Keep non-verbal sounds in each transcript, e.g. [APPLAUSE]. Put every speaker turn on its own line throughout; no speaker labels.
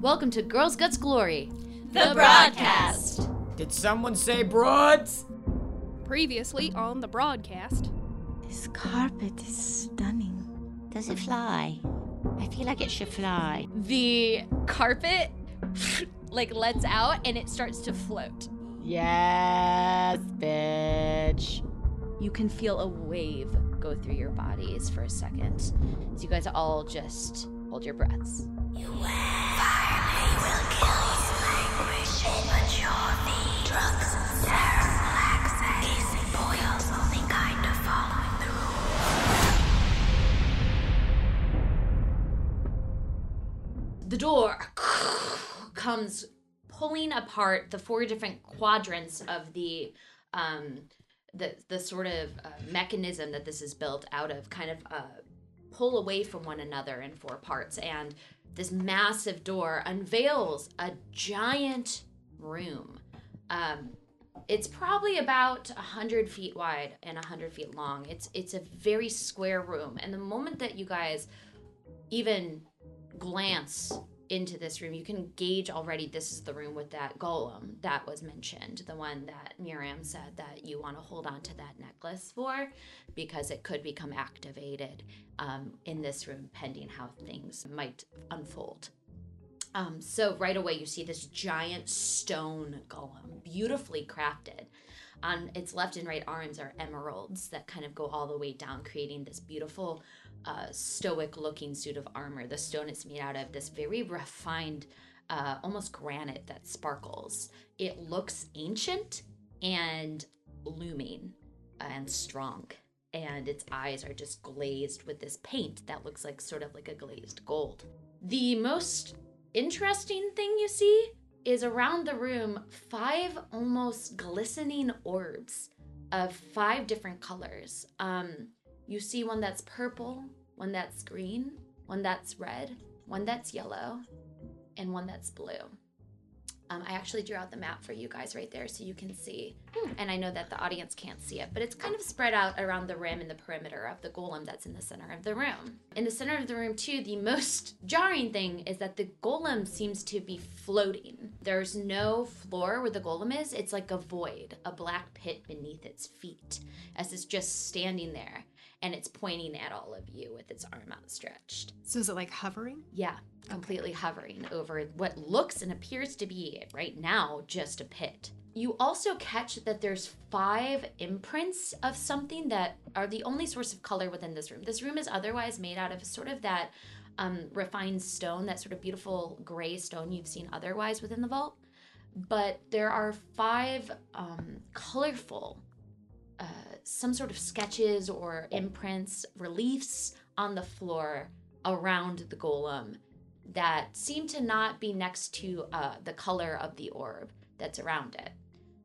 Welcome to Girls Guts Glory.
The broadcast.
Did someone say broads?
Previously on the broadcast.
This carpet is stunning.
Does it fly? I feel like it should fly.
The carpet [LAUGHS] like lets out and it starts to float.
Yes, bitch.
You can feel a wave go through your bodies for a second. So you guys all just hold your breaths. the door [SNIFFS] comes pulling apart the four different quadrants of the um the the sort of uh, mechanism that this is built out of kind of uh, pull away from one another in four parts and this massive door unveils a giant room um it's probably about 100 feet wide and 100 feet long it's it's a very square room and the moment that you guys even glance into this room, you can gauge already this is the room with that golem that was mentioned, the one that Miriam said that you want to hold on to that necklace for because it could become activated um, in this room pending how things might unfold. Um, so right away you see this giant stone golem, beautifully crafted. On its left and right arms are emeralds that kind of go all the way down, creating this beautiful uh, stoic looking suit of armor. The stone is made out of this very refined, uh, almost granite that sparkles. It looks ancient and looming and strong. And its eyes are just glazed with this paint that looks like sort of like a glazed gold. The most interesting thing you see is around the room five almost glistening orbs of five different colors. Um, you see one that's purple, one that's green, one that's red, one that's yellow, and one that's blue. Um, I actually drew out the map for you guys right there so you can see. And I know that the audience can't see it, but it's kind of spread out around the rim and the perimeter of the golem that's in the center of the room. In the center of the room, too, the most jarring thing is that the golem seems to be floating. There's no floor where the golem is, it's like a void, a black pit beneath its feet, as it's just standing there and it's pointing at all of you with its arm outstretched.
So is it like hovering?
Yeah, completely hovering over what looks and appears to be right now just a pit. You also catch that there's five imprints of something that are the only source of color within this room. This room is otherwise made out of sort of that um, refined stone, that sort of beautiful gray stone you've seen otherwise within the vault. But there are five um, colorful uh, some sort of sketches or imprints, reliefs on the floor around the golem that seem to not be next to uh, the color of the orb that's around it.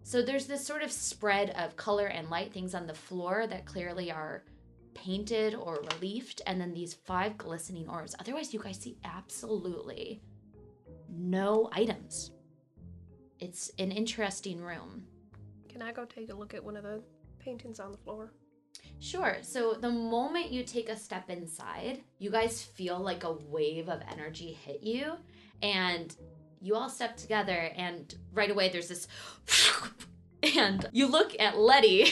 So there's this sort of spread of color and light things on the floor that clearly are painted or reliefed, and then these five glistening orbs. Otherwise, you guys see absolutely no items. It's an interesting room.
Can I go take a look at one of the paintings on the floor?
Sure. So the moment you take a step inside, you guys feel like a wave of energy hit you, and you all step together, and right away there's this, [LAUGHS] and you look at Letty,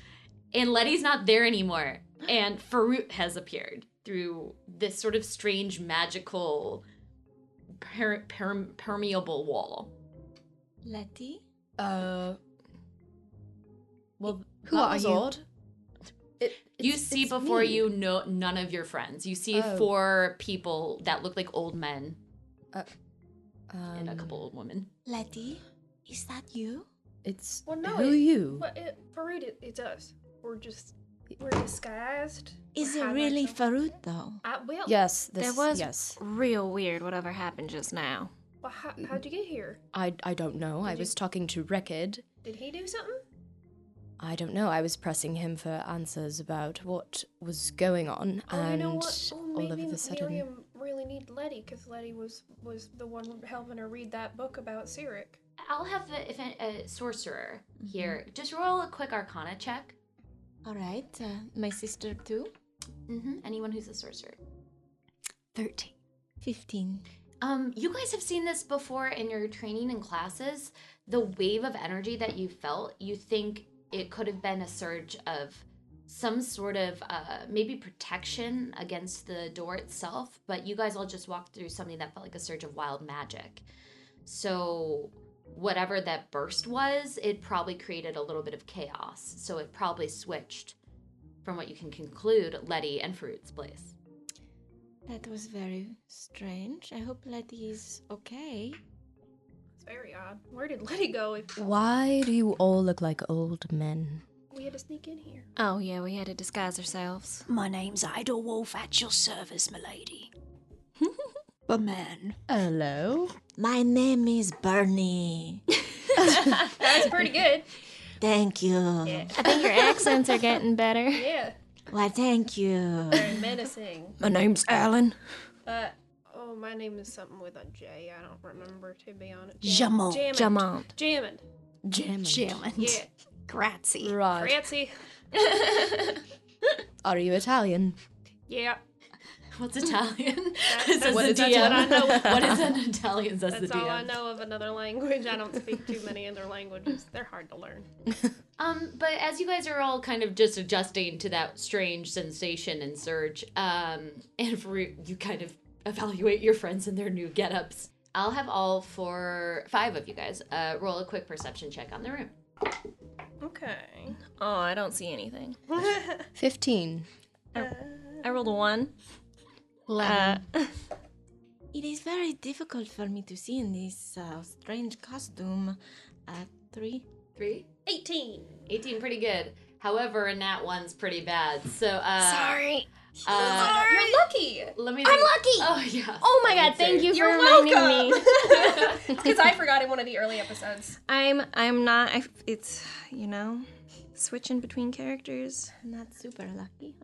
[LAUGHS] and Letty's not there anymore, and Farouk has appeared through this sort of strange magical per- per- permeable wall.
Letty?
Uh. Well,
Who
that
are
was
you?
Odd.
you see before you know none of your friends. You see
Oh.
four people that look like old men and a
Uh, Um,
couple old women.
Letty? Is that you?
It's
Well, no,
who
it-
you?
Well, it, Farood, it, it's us. We're just we're disguised.
Is
We're
it
hiding
really
ourselves.
Farud though?
I will.
Yes, this,
That was
yes.
real weird, whatever happened just now.
Well, how, how'd you get here?
I I don't know. I
Did
was
you-
talking to Rekid.
Did he do something?
I don't know. I was pressing him for answers about what was going on,
oh,
and
you know what? Oh,
all of
maybe
a sudden,
Miriam really need Letty because Letty was was the one helping her read that book about Cyric.
I'll have a, if a, a sorcerer here. Just roll a quick arcana check.
Alright, uh, my sister too?
Mm-hmm. hmm Anyone who's a sorcerer.
13. 15.
Um, you guys have seen this before in your training and classes. The wave of energy that you felt, you think it could have been a surge of some sort of uh, maybe protection against the door itself, but you guys all just walked through something that felt like a surge of wild magic. So, whatever that burst was, it probably created a little bit of chaos. So, it probably switched from what you can conclude Letty and Fruit's place.
That was very strange. I hope Letty is okay.
It's very odd. Where did Letty go if
Why do you all look like old men?
we had to sneak in [LAUGHS] here?
Oh, yeah, we had to disguise ourselves.
My name's Idolwolf at your service, milady. but man,
Hello?
My name is Bernie.
That's pretty good.
Thank you.
[LAUGHS] I think your accents are
[LAUGHS]
getting better.
Yeah.
Why, thank you.
Very menacing.
my name's Alan.
Uh oh my name is something with a J. I don't remember to be honest.
Jamal.
Jamond.
Jamont.
Jamond.
German.
Yeah.
Grazie.
Right.
Fancy.
Are you Italian?
Yeah.
What's Italian?
That-
Says the
that's- that's what I
DM.
know.
[LAUGHS] what is an Italian? Says the
That's
DM.
all I know of another language. I don't speak too many other languages. They're hard to learn.
Um, but as you guys are all kind of just adjusting to that strange sensation and surge, um, and for you kind of evaluate your friends and their new get-ups, I'll have all four, five of you guys, uh, roll a quick perception check on the room.
Okay.
Oh, I don't see anything.
15.
I rolled a one. Uh,
It is very difficult for me to see in this uh, strange costume. Uh, three.
Three,
18.
eighteen, pretty good. However, in that one's pretty bad. So uh,
Sorry.
uh,
You're lucky.
Let me. I'm lucky. Oh yeah.
oh my god, thank you for reminding me.
Because I forgot in one of the early episodes.
I'm I'm not I, it's you know, switching between characters.
Not super lucky.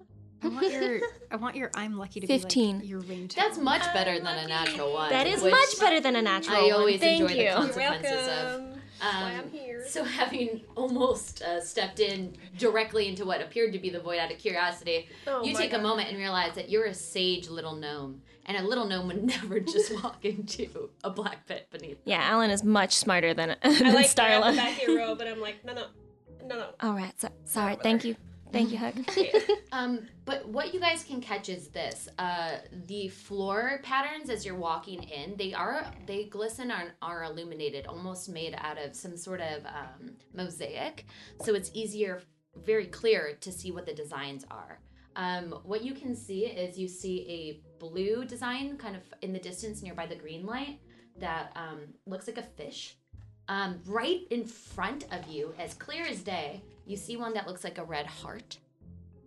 I want your I want your I'm lucky to be
15.
like your ringtone.
That's much better than a natural one.
That is
which
much better than a natural
I
one.
always
Thank
enjoy the
you.
You're
consequences of. um,
welcome. Why
[LAUGHS]
I'm here.
So, having almost uh, stepped in directly into what appeared to be the void out of curiosity,
Oh
you
my
take a
God.
moment and realize that you're a sage little gnome, and a little gnome would [LAUGHS] never just walk into a black pit beneath.
Yeah, Alan is much smarter than, [LAUGHS]
I
than
like
Starla.
Starla. back here row, but I'm like, no, no, no, no.
All right, so, sorry. Thank you. Thank you,
[LAUGHS]
Hug.
Um, but what you guys can catch is this: uh, the floor patterns as you're walking in, they are they glisten and are illuminated, almost made out of some sort of um, mosaic, so it's easier, very clear to see what the designs are. Um, what you can see is you see a blue design, kind of in the distance nearby the green light, that um, looks like a fish. Um, right in front of you, as clear as day, you see one that looks like a red heart.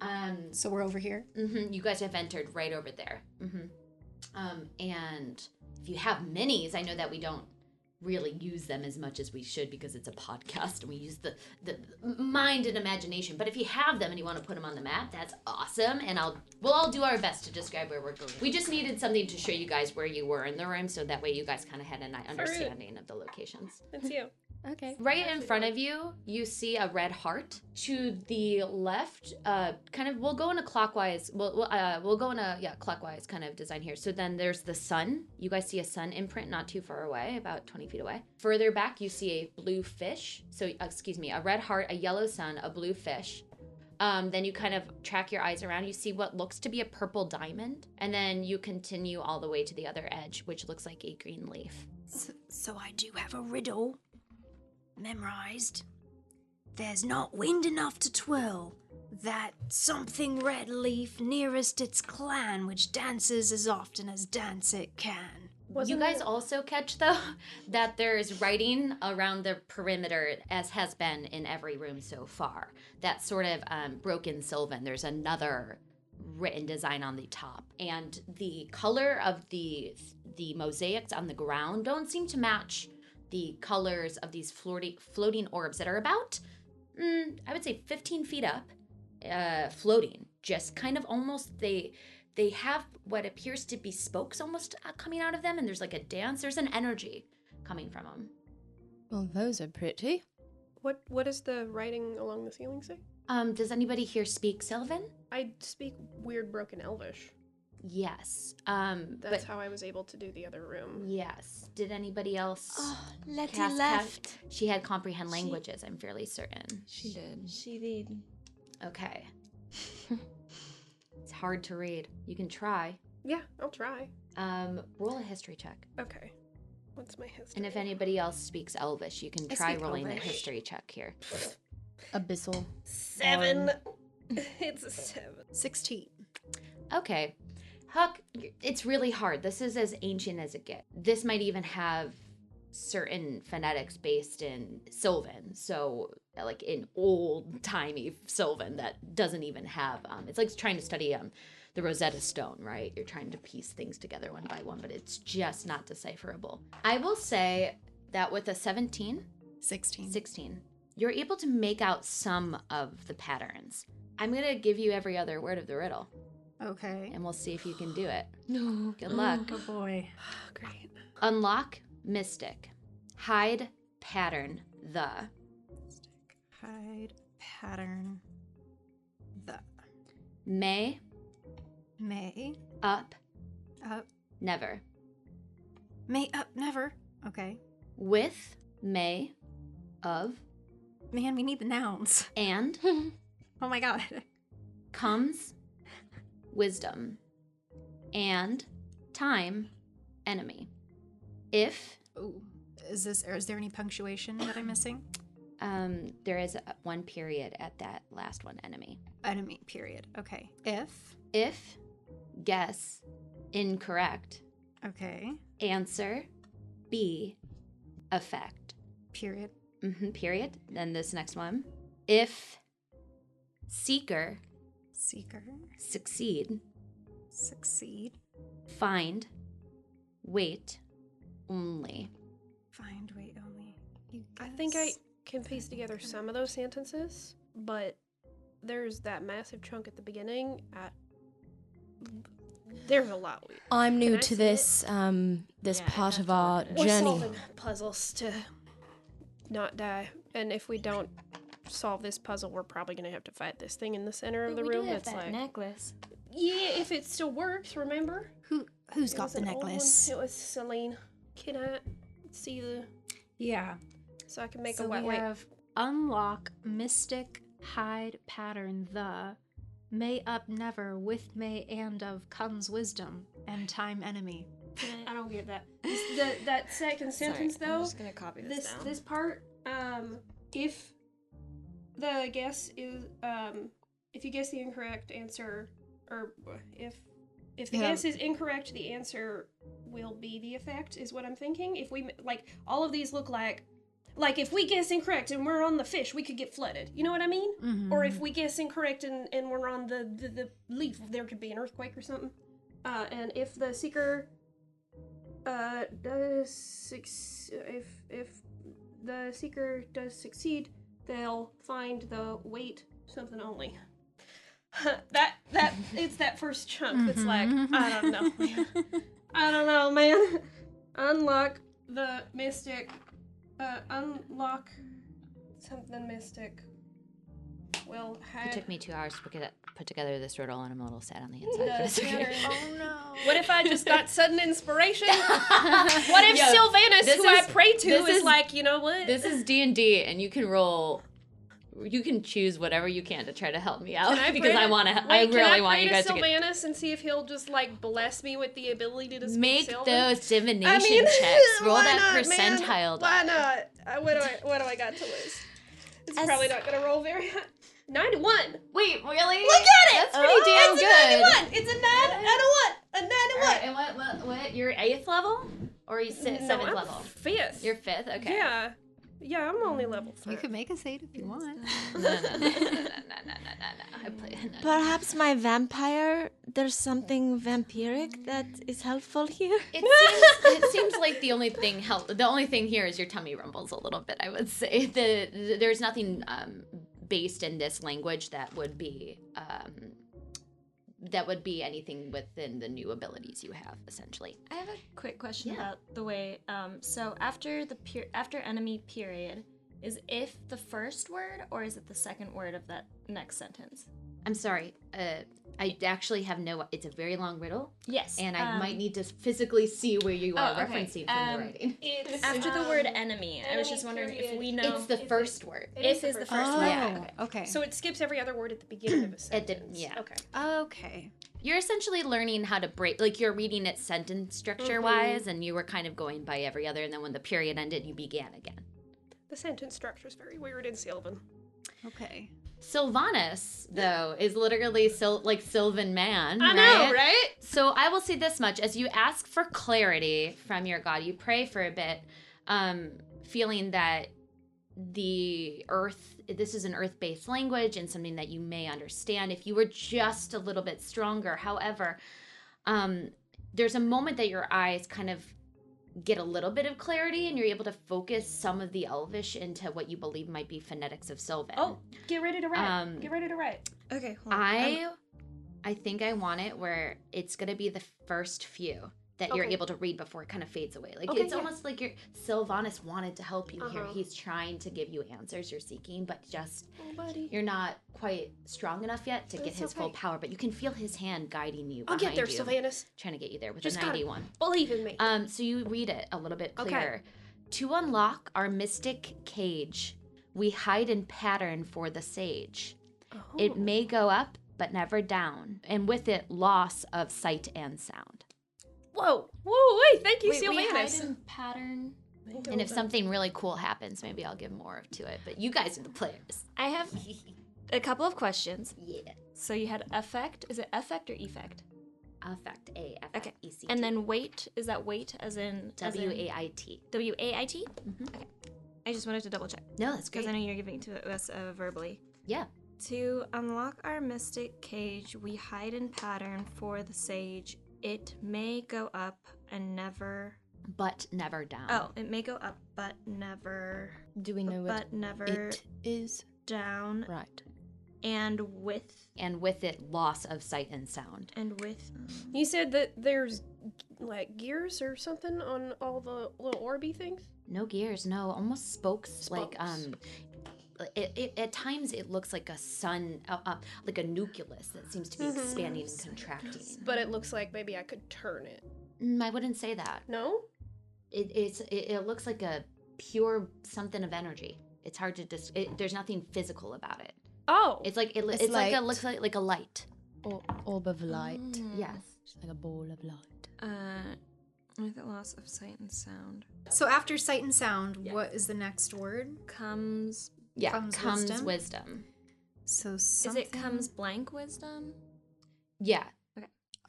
Um,
so we're over here.
hmm You guys have entered right over there. hmm Um, and if you have minis, I know that we don't really use them as much as we should because it's a podcast and we use the the mind and imagination. But if you have them and you want to put them on the map, that's awesome. And I'll we'll all do our best to describe where we're going. We just needed something to show you guys where you were in the room, so that way you guys kind of had an understanding of the locations.
It's you.
Okay.
Right in front of you, you see a red heart. To the left, uh, kind of, we'll go in a clockwise. We'll we'll, uh, we'll go in a yeah clockwise kind of design here. So then there's the sun. You guys see a sun imprint not too far away, about 20 feet away. Further back, you see a blue fish. So uh, excuse me, a red heart, a yellow sun, a blue fish. Um, then you kind of track your eyes around. You see what looks to be a purple diamond, and then you continue all the way to the other edge, which looks like a green leaf.
So, so I do have a riddle memorized. There's not wind enough to twirl that something red leaf nearest its clan, which dances as often as dance it can.
you guys also catch though [LAUGHS] that there is writing around the perimeter as has been in every room so far that sort of um, broken sylvan there's another written design on the top and the color of the the mosaics on the ground don't seem to match the colors of these floating floating orbs that are about mm, i would say 15 feet up uh, floating just kind of almost they they have what appears to be spokes almost uh, coming out of them and there's like a dance there's an energy coming from them
Well, those are pretty.
What What does the writing along the ceiling say?
um does anybody here speak sylvan
I speak weird broken elvish.
Yes. Um, but
That's how I was able to do the other room.
yes. Did anybody else?
Oh,
Oh,
Letty
cast-
left.
cast- She had comprehend languages. I'm fairly certain.
She did. She did.
Okay. it's hard to read. You can try.
Yeah, I'll try.
Um, roll a history check,
Okay. What's my history?
and if anybody else speaks Elvish, you can
I
try
speak
rolling
Elvish.
the history check here.
Abyssal.
Seven. Um, [LAUGHS] it's a seven.
16.
Okay. Huck, it's really hard. This is as ancient as it gets. This might even have certain phonetics based in Sylvan. So, like in old timey Sylvan that doesn't even have, um, it's like trying to study um, the Rosetta Stone, right? You're trying to piece things together one by one, but it's just not decipherable. I will say that with a 17,
16.
16, you're able to make out some of the patterns. I'm going to give you every other word of the riddle
Okay.
and we'll see if you can do it. No. Good luck.
Oh boy.
Great.
Unlock mystic. Hide pattern the.
Hide pattern. The
May
May
up
up.
never.
May up never. Okay.
With may of
Man, we need the nouns.
and
Oh my god. [LAUGHS]
comes wisdom and time enemy. If
Ooh. Is this or is there any punctuation that I'm missing? [CLEARS THROAT]
um, there is a- one period at that last one enemy.
Enemy period. Okay. If
If guess incorrect
okay.
answer B effect.
Period.
hmm period. Then this next one. If seeker
Seeker.
succeed,
Succeed.
find, wait only.
Find wait only. You
I think I
guess.
can piece together some of those sentences, but there's that massive chunk at the beginning. At there's a lot. we-
I'm new
Can I
to
see
this um this
Yeah, I
part
have
of
to look
our
at it.
We're
journey.
solving puzzles to not die, and if we don't solve this puzzle, we're probably gonna have to fight this thing in the center of the room. That's like
necklace.
yeah, if it still works. Remember,
Who who's
It
got
was
the
an old one.
necklace?
It was Celine. Can I see the
Yeah.
so I can make
so
a wet
we
wait?
have unlock mystic hide pattern the may up never with may and of comes wisdom and time enemy.
I don't get that. This- the- that second sentence though.
I'm just gonna copy this,
this
down.
this part um if the guess is um if you guess the incorrect answer or if if the
Yeah.
guess is incorrect the answer will be the effect is what i'm thinking if we like all of these look like like if we guess incorrect and we're on the fish we could get flooded you know what i mean or if we guess incorrect and, and we're on the, the the leaf there could be an earthquake or something uh and if the seeker uh does six if if the seeker does succeed they'll find the weight something only [LAUGHS] that that it's that first chunk
Mm-hmm,
that's like i don't know man. i don't know man [LAUGHS] unlock the mystic uh unlock something mystic will have
It took me two hours to put, it, put together this riddle, and I'm a little sad on the [LAUGHS] inside. but it's
the
okay.
pattern. [LAUGHS] What if I just got sudden
[LAUGHS]
inspiration? what if
Yo,
Sylvanus,
this
who
is-
I pray to,
this
is,
is-
like, you know what?
This is D and D, and you can roll. You can choose whatever you can to try to help me out
Can I
[LAUGHS] because
pray
I
to-
want to.
Wait,
I
can
really want
pray
you guys to get,
Sylvanus and see if he'll just like bless me with the ability to speak
make
Sylvan?
those divination
I
[LAUGHS]
mean, [LAUGHS]
checks. Roll
why
that
not, man?
percentile. die.
Why not? Uh, what do I? What do I got to lose? It's probably not gonna roll very high. Ninety-one.
Wait, really?
Look at it.
That's pretty damn Oh,
it's
good.
A 91. It's a nine and a one. A nine and
Alright,
one.
and what, what, what, you're eighth level? Or you si-
No,
seventh
I'm
level?
Fifth.
You're fifth? Okay.
Yeah. Yeah, I'm only level three.
You could make us eight if you want.
No, no, no, no, no, no, no, no, no. I play. No.
Perhaps my vampire. There's something vampiric that is helpful here.
It, seems, it seems like the only thing hel- the only thing here is your tummy rumbles a little bit. I would say the, the there's nothing um, based in this language that would be um, that would be anything within the new abilities you have essentially.
I have a quick question
Yeah.
about the way. Um, so after the per- after enemy period, is if the first word or is it the second word of that next sentence?
I'm sorry. Uh, I actually have no. It's a very long riddle.
Yes,
and I
um,
might need to physically see where you are
Oh, okay.
referencing from
Um,
the writing.
it's, After the um, word enemy, I was just wondering if we know-
It's the
Is it-
first word.
It is the first
Oh,
word.
yeah.
okay.
So it skips every other word at the beginning of a
It
sentence.
did, yeah.
Okay.
Okay.
You're essentially learning how to break, like you're reading it sentence structure wise, and you were kind of going by every other, and then when the period ended, you began again.
The sentence structure is very weird in Sylvan.
Okay.
Sylvanus, though, is literally Syl- like Sylvan man.
I
Mm, right?
know, right?
So I will say this much: as you ask for clarity from your God, you pray for a bit, um, feeling that the earth. This is an earth-based language and something that you may understand if you were just a little bit stronger. However, um, there's a moment that your eyes kind of get a little bit of clarity and you're able to focus some of the elvish into what you believe might be phonetics of Sylvan.
Oh, get ready to write.
Um,
get ready to write.
Okay.
I I think I want it where it's gonna be the first few that you're
Okay.
able to read before it kind of fades away. Like
Okay,
it's
yeah.
almost like your Sylvanus wanted to help you here.
Uh-huh.
He's trying to give you answers you're seeking, but just
Oh, buddy.
you're not quite strong enough yet to get
That's
his full
okay.
power. But you can feel his hand guiding you.
I'll get
behind
there,
you,
Sylvanus.
Trying to get you there with
Just
a
gotta
91.
Believe in me.
Um, so you read it a little bit
Okay.
clearer. To unlock our mystic cage, we hide in pattern for the sage. It may go up, but never down, and with it, loss of sight and sound.
Whoa. Whoa, wait. Thank you,
Wait, we hide
Sylvanus.
in pattern.
And if something really cool happens, maybe I'll give more of to it. But you guys are the players.
I have a couple of questions.
Yeah.
So you had affect. Is it affect or effect?
Affect A F
Okay.
E C.
And then weight. Is that weight as in as in-
W A I T. E.
W A I T? Okay. I just wanted to double check.
No, that's
Because I
great.
know you're giving it to us uh, verbally.
Yeah.
To unlock our mystic cage, we hide in pattern for the sage. It may go up and never.
But never down.
Oh, it may go up, but never.
Do we know what
But never
it is?
down.
Right.
And with.
And with it, loss of sight and sound.
And with.
You said that there's like gears or something on all the little orby things.
No gears, no, almost spokes, like um it, it, at times it looks like a sun uh, uh, like a nucleus that seems to be
Mhm.
expanding and contracting.
But it looks like maybe I could turn it.
Mm, I wouldn't say that.
No?
It it's it, it looks like a pure something of energy. It's hard to dis- it, there's nothing physical about it.
Oh.
It's like it, li-
It's
it's, like
light.
a looks like, like a light.
Or, orb of light.
Yes.
It's like a ball of light.
Uh, with the loss of sight and sound.
So after sight and sound, what is the next word?
Comes.
Yeah.
Comes
Comes,
wisdom?
wisdom.
So something.
Is it comes blank wisdom?
Yeah.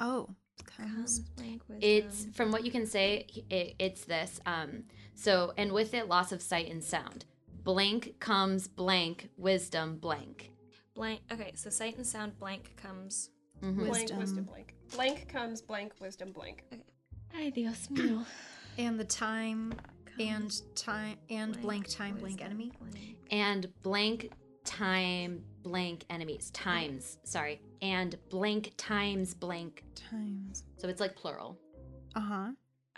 Oh, comes.
Blank wisdom.
It's from what you can say. It, it's this. Um. So and with it, loss of sight and sound. Blank comes blank wisdom blank.
Blank. Okay, so sight and sound blank comes.
Mhm.
Blank, wisdom, blank. Blank comes blank, wisdom, blank.
Ay, Dios mío.
And the time and time and blank, time blank enemy.
And blank time blank enemies times. Sorry. And blank times blank.
Times.
So it's like plural.
Uh huh.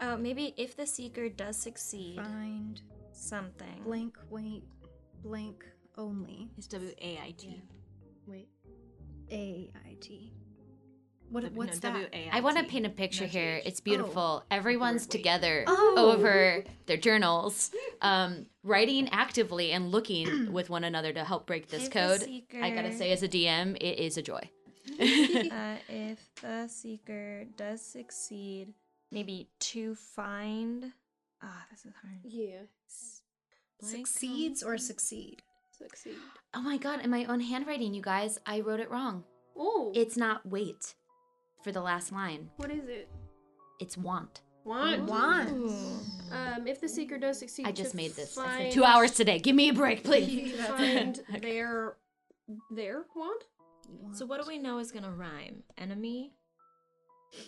Oh, maybe if the seeker does succeed,
Find
something.
blank wait blank only.
It's W A I T.
Wait. A I T. What
W-
what's
no,
that?
W-A-I-T.
I want to paint a picture here. It's beautiful. Everyone's together
Oh.
over their journals, um, writing actively and looking with one another to help break this
If the
code. I gotta
seeker-
say, as a DM, it is a joy.
uh, if the seeker does succeed, maybe to find. Ah, this is hard.
Yeah.
Succeeds or succeed.
Succeed.
Oh my god, in my own handwriting, you guys, I wrote it wrong.
Oh.
It's not wait for the last line,
What is it?
it's want.
Want.
Want.
Um, if the seeker does succeed,
I
to
just made this. I
Find,
spent two hours today. Give me a break, please. [LAUGHS]
[LAUGHS] Find their their wand.
So what do we know is gonna rhyme? Enemy.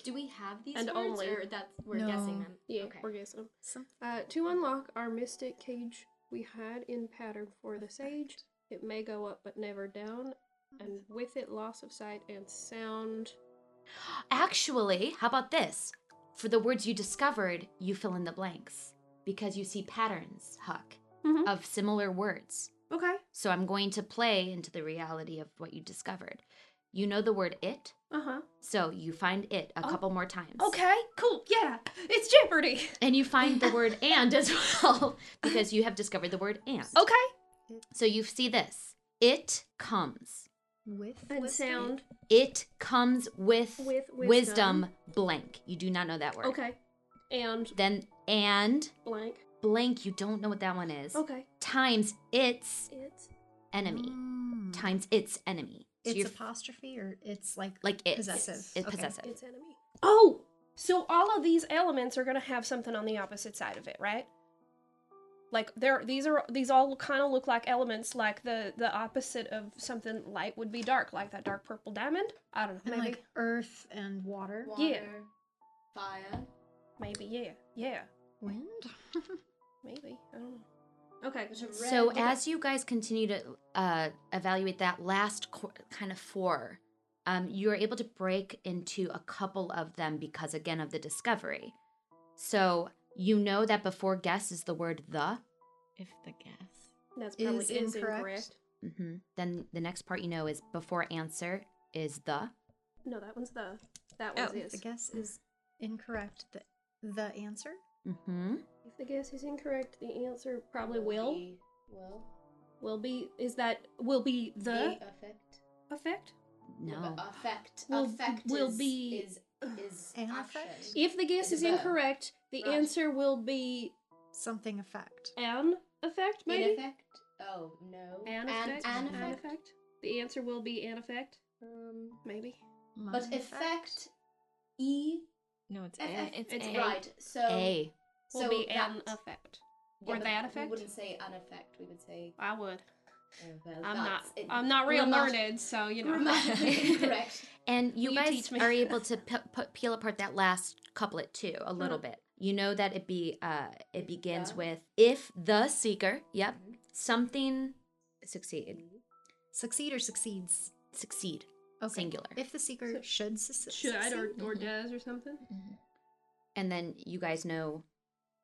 Do we have these?
And words, only. or
that's
we're guessing No.
them.
Yeah, we're guessing them. Uh, to unlock our mystic cage, we hide in pattern for the sage. It may go up but never down, and with it, loss of sight and sound.
Actually, how about this? For the words you discovered, you fill in the blanks because you see patterns, Huck,
Mhm.
of similar words.
Okay.
So I'm going to play into the reality of what you discovered. You know the word it,
Uh huh.
So you find it a couple more times.
Oh, Okay, cool. Yeah, it's Jeopardy.
And you find the word and as well [LAUGHS] because you have discovered the word and.
Okay.
So you see this. It comes.
With
and sound.
It comes with,
With
wisdom.
wisdom.
blank. You do not know that word.
Okay. And
Then and
blank.
blank, you don't know what that one is.
Okay.
Times its
It's
enemy.
Mm.
Times its enemy. So
It's
you're
apostrophe or it's like
like it
possessive.
It's
Okay.
possessive.
its enemy. Oh, so all of these elements are gonna have something on the opposite side of it, right? Like there, these are these all kind of look like elements. Like the the opposite of something light would be dark, like that dark purple diamond. I don't know,
And
maybe,
like earth and water,
yeah,
Fire.
maybe, yeah, yeah,
wind.
maybe. I don't know. Okay,
So as you guys continue to uh, evaluate that last qu- kind of four, um, you are able to break into a couple of them because again of the discovery. So you know that before guess is the word the.
If the guess.
that's probably
Is
is
incorrect.
incorrect.
hmm Then the next part you know is before answer is the.
No, that one's the that one's
If
is.
the guess is incorrect, the, the answer?
Mm-hmm.
If the guess is incorrect, the answer probably will will be,
Will.
is that will be the
The effect.
effect.
No.
But Affect.
Will-
affect
will
is,
be-
is is
An
action.
affect?
If the guess is
It's the-
incorrect, the
right.
answer will be
Something effect.
an effect,
An
maybe?
effect. Oh no.
An effect?
An,
An
effect.
effect? The answer will be an effect,
Um,
maybe.
but effect. E.
No, it's
F-
a. It's,
it's
a.
A.
Right. So.
A.
Will
So
be
that-
an effect.
Yeah,
or
but
that
We
effect?
wouldn't say an effect. We would say.
I would.
oh, well,
I'm not.
that's- it-
I'm not real
grammat- [LAUGHS]
learned, so you know. [LAUGHS]
grammatically correct. [LAUGHS]
And you
Will you
guys
teach me?
are able to pe- pe- peel apart that last couplet too a little bit. You know that it be uh it begins
The.
with if the seeker, yep, something succeed
Succeed or succeeds?
succeed.
Okay.
Singular.
If the seeker
So-
should su-
Should or,
succeed.
or does or something?
And then you guys know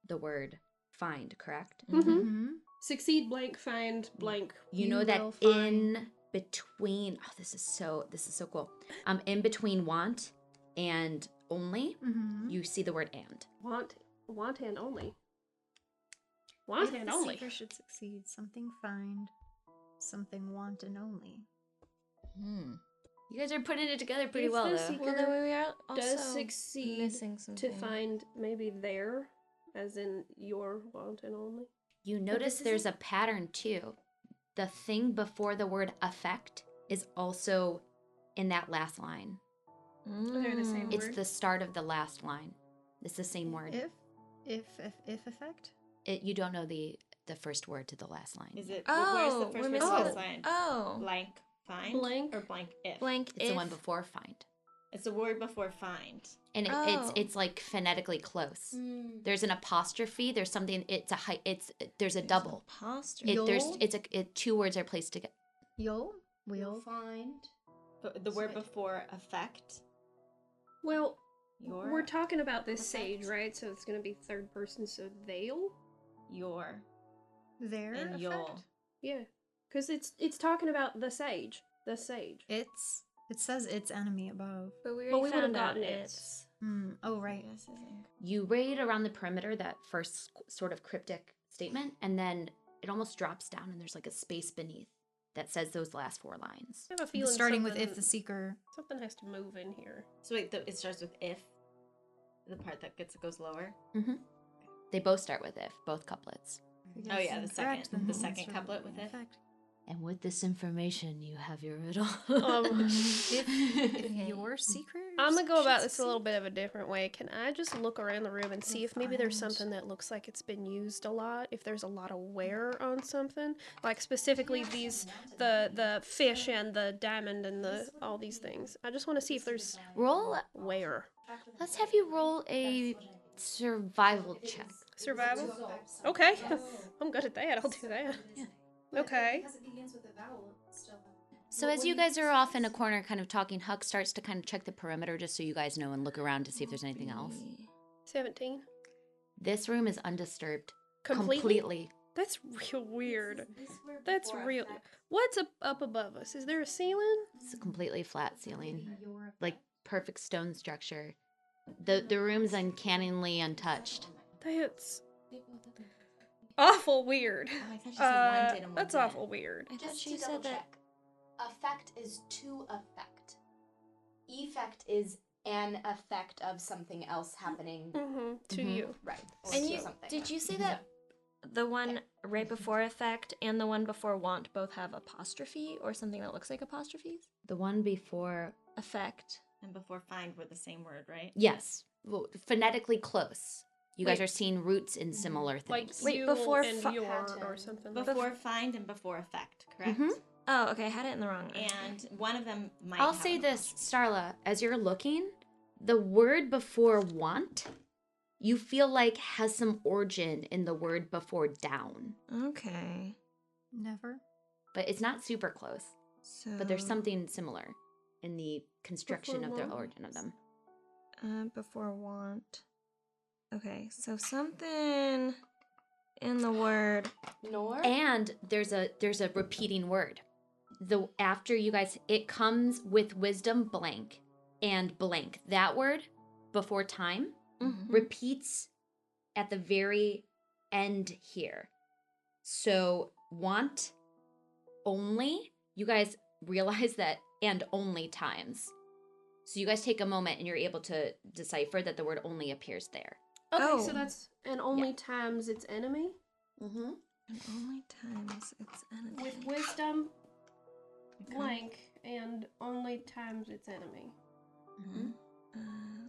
the word find, correct?
Mm-hmm.
Mhm.
Succeed, blank, find, blank.
You,
You
know that
will find-
in between oh this is so this is so cool. Um in between want and only,
Mhm.
you see the word and.
Want, want and only.
If
Want and
the
only.
seeker should succeed, something find, something want and only.
Hmm.
You guys are putting it together pretty
If
well
the
though.
seeker
Well, then we are
does
also
succeed
missing
to
something.
find maybe there, as in your want and only.
You notice there's a pattern too. The thing before the word affect is also in that last line.
Mm.
They're the same
It's
word.
the start of the last line. It's the same word.
If, if, if, if effect?
It, you don't know the the first word to the last line.
Is it? wh- where's
Oh,
the
we're
first
missing.
word
Oh,
last line?
oh.
Blank find
Blank.
or blank if.
Blank
It's the one
if-
before find,
It's the word before find.
and it, it's
Oh.
it's like phonetically close.
Mm.
There's an apostrophe. There's something. It's a hi- It's there's a double.
Apostrophe.
It, there's
Yol.
it's a it, two words are placed together.
You'll,
You'll
will,
find.
But The word before affect.
Well,
Your.
we're talking about this sage,
effect.
right? So it's going to be third person, so they'll?
Your.
their
And
effect?
you'll.
Yeah. Because it's, it's talking about the sage. The sage.
It's, it says its enemy above.
But we
But we
already
would've
found out
gotten it.
it's
Hmm. Oh, right.
Yes, I think.
you raid around the perimeter that first qu- sort of cryptic statement and then it almost drops down and there's like a space beneath that says those last four lines
I have a feeling
Starting with if
something-
the seeker.
Something has to move in here.
So wait, the, it starts with if. The part that gets goes lower.
Mm-hmm. they both start with if both couplets
Oh, yeah, the
incorrect,
second-
then
the
we'll
second
start
couplet with
an
it.
effect.
and with this information you have your riddle
Um,
[LAUGHS]
If your secret.
I'm gonna go about this a little bit of a different way. Can I just look around the room and see if maybe there's something that looks like it's been used a lot? If there's a lot of wear on something, like specifically these, the the fish and the diamond and the all these things. I just want to see if there's
roll
wear.
let's have you roll a survival check
Survival. Okay, [LAUGHS] I'm good at that. I'll do that. Okay.
so as you guys are off in a corner kind of talking huck starts to kind of check the perimeter just so you guys know and look around to see if there's anything else
Seventeen.
this room is undisturbed
Completely.
completely
That's [LAUGHS] real weird.
were
That's
before
real. What's up, up above us? Is there a ceiling?
It's a completely flat ceiling, like perfect stone structure. The the room's uncannily untouched.
That's awful weird.
she said one
Uh,
did and one
that's
didn't.
awful weird.
Just to double check, effect is to affect. Effect is an effect of something else happening
Mm-hmm.
to
Mm-hmm.
Mhm. you.
Right. or
And
to
you
something.
did you
[LAUGHS]
[LAUGHS]
say that the one right before effect and the one before want both have apostrophe or something that looks like apostrophes?
The one before
Effect.
And before find were the same word, right?
yes, well, phonetically close. You guys
Wait.
are seeing roots in similar
Like
things.
Wait, you before
and fi- your
or
something
like
Before
that.
find and before effect, correct?
Mm-hmm.
Oh, okay, I had it in the wrong order.
And one of them might.
I'll
have
say
an
this, Starla, as you're looking, the word before want, you feel like has some origin in the word before down,
Okay.
Never.
but it's not super close. But there's
Oh.
So-
something similar in the construction
Before
of the
want?
origin of them.
Uh, before want. Okay, so something in the
[GASPS]
word
nor
And there's a there's a repeating word. The after you guys it comes with wisdom blank and blank. That word before time
Mm-hmm.
Mm-hmm. repeats at the very end here. So want only you guys [LAUGHS] realize that and only times. So you guys take a moment and you're able to decipher that the word only appears there.
Okay,
Oh.
so that's and only times its enemy.
Mm-hmm.
And only times it's enemy.
With wisdom, blank, and only times its enemy.
Uh,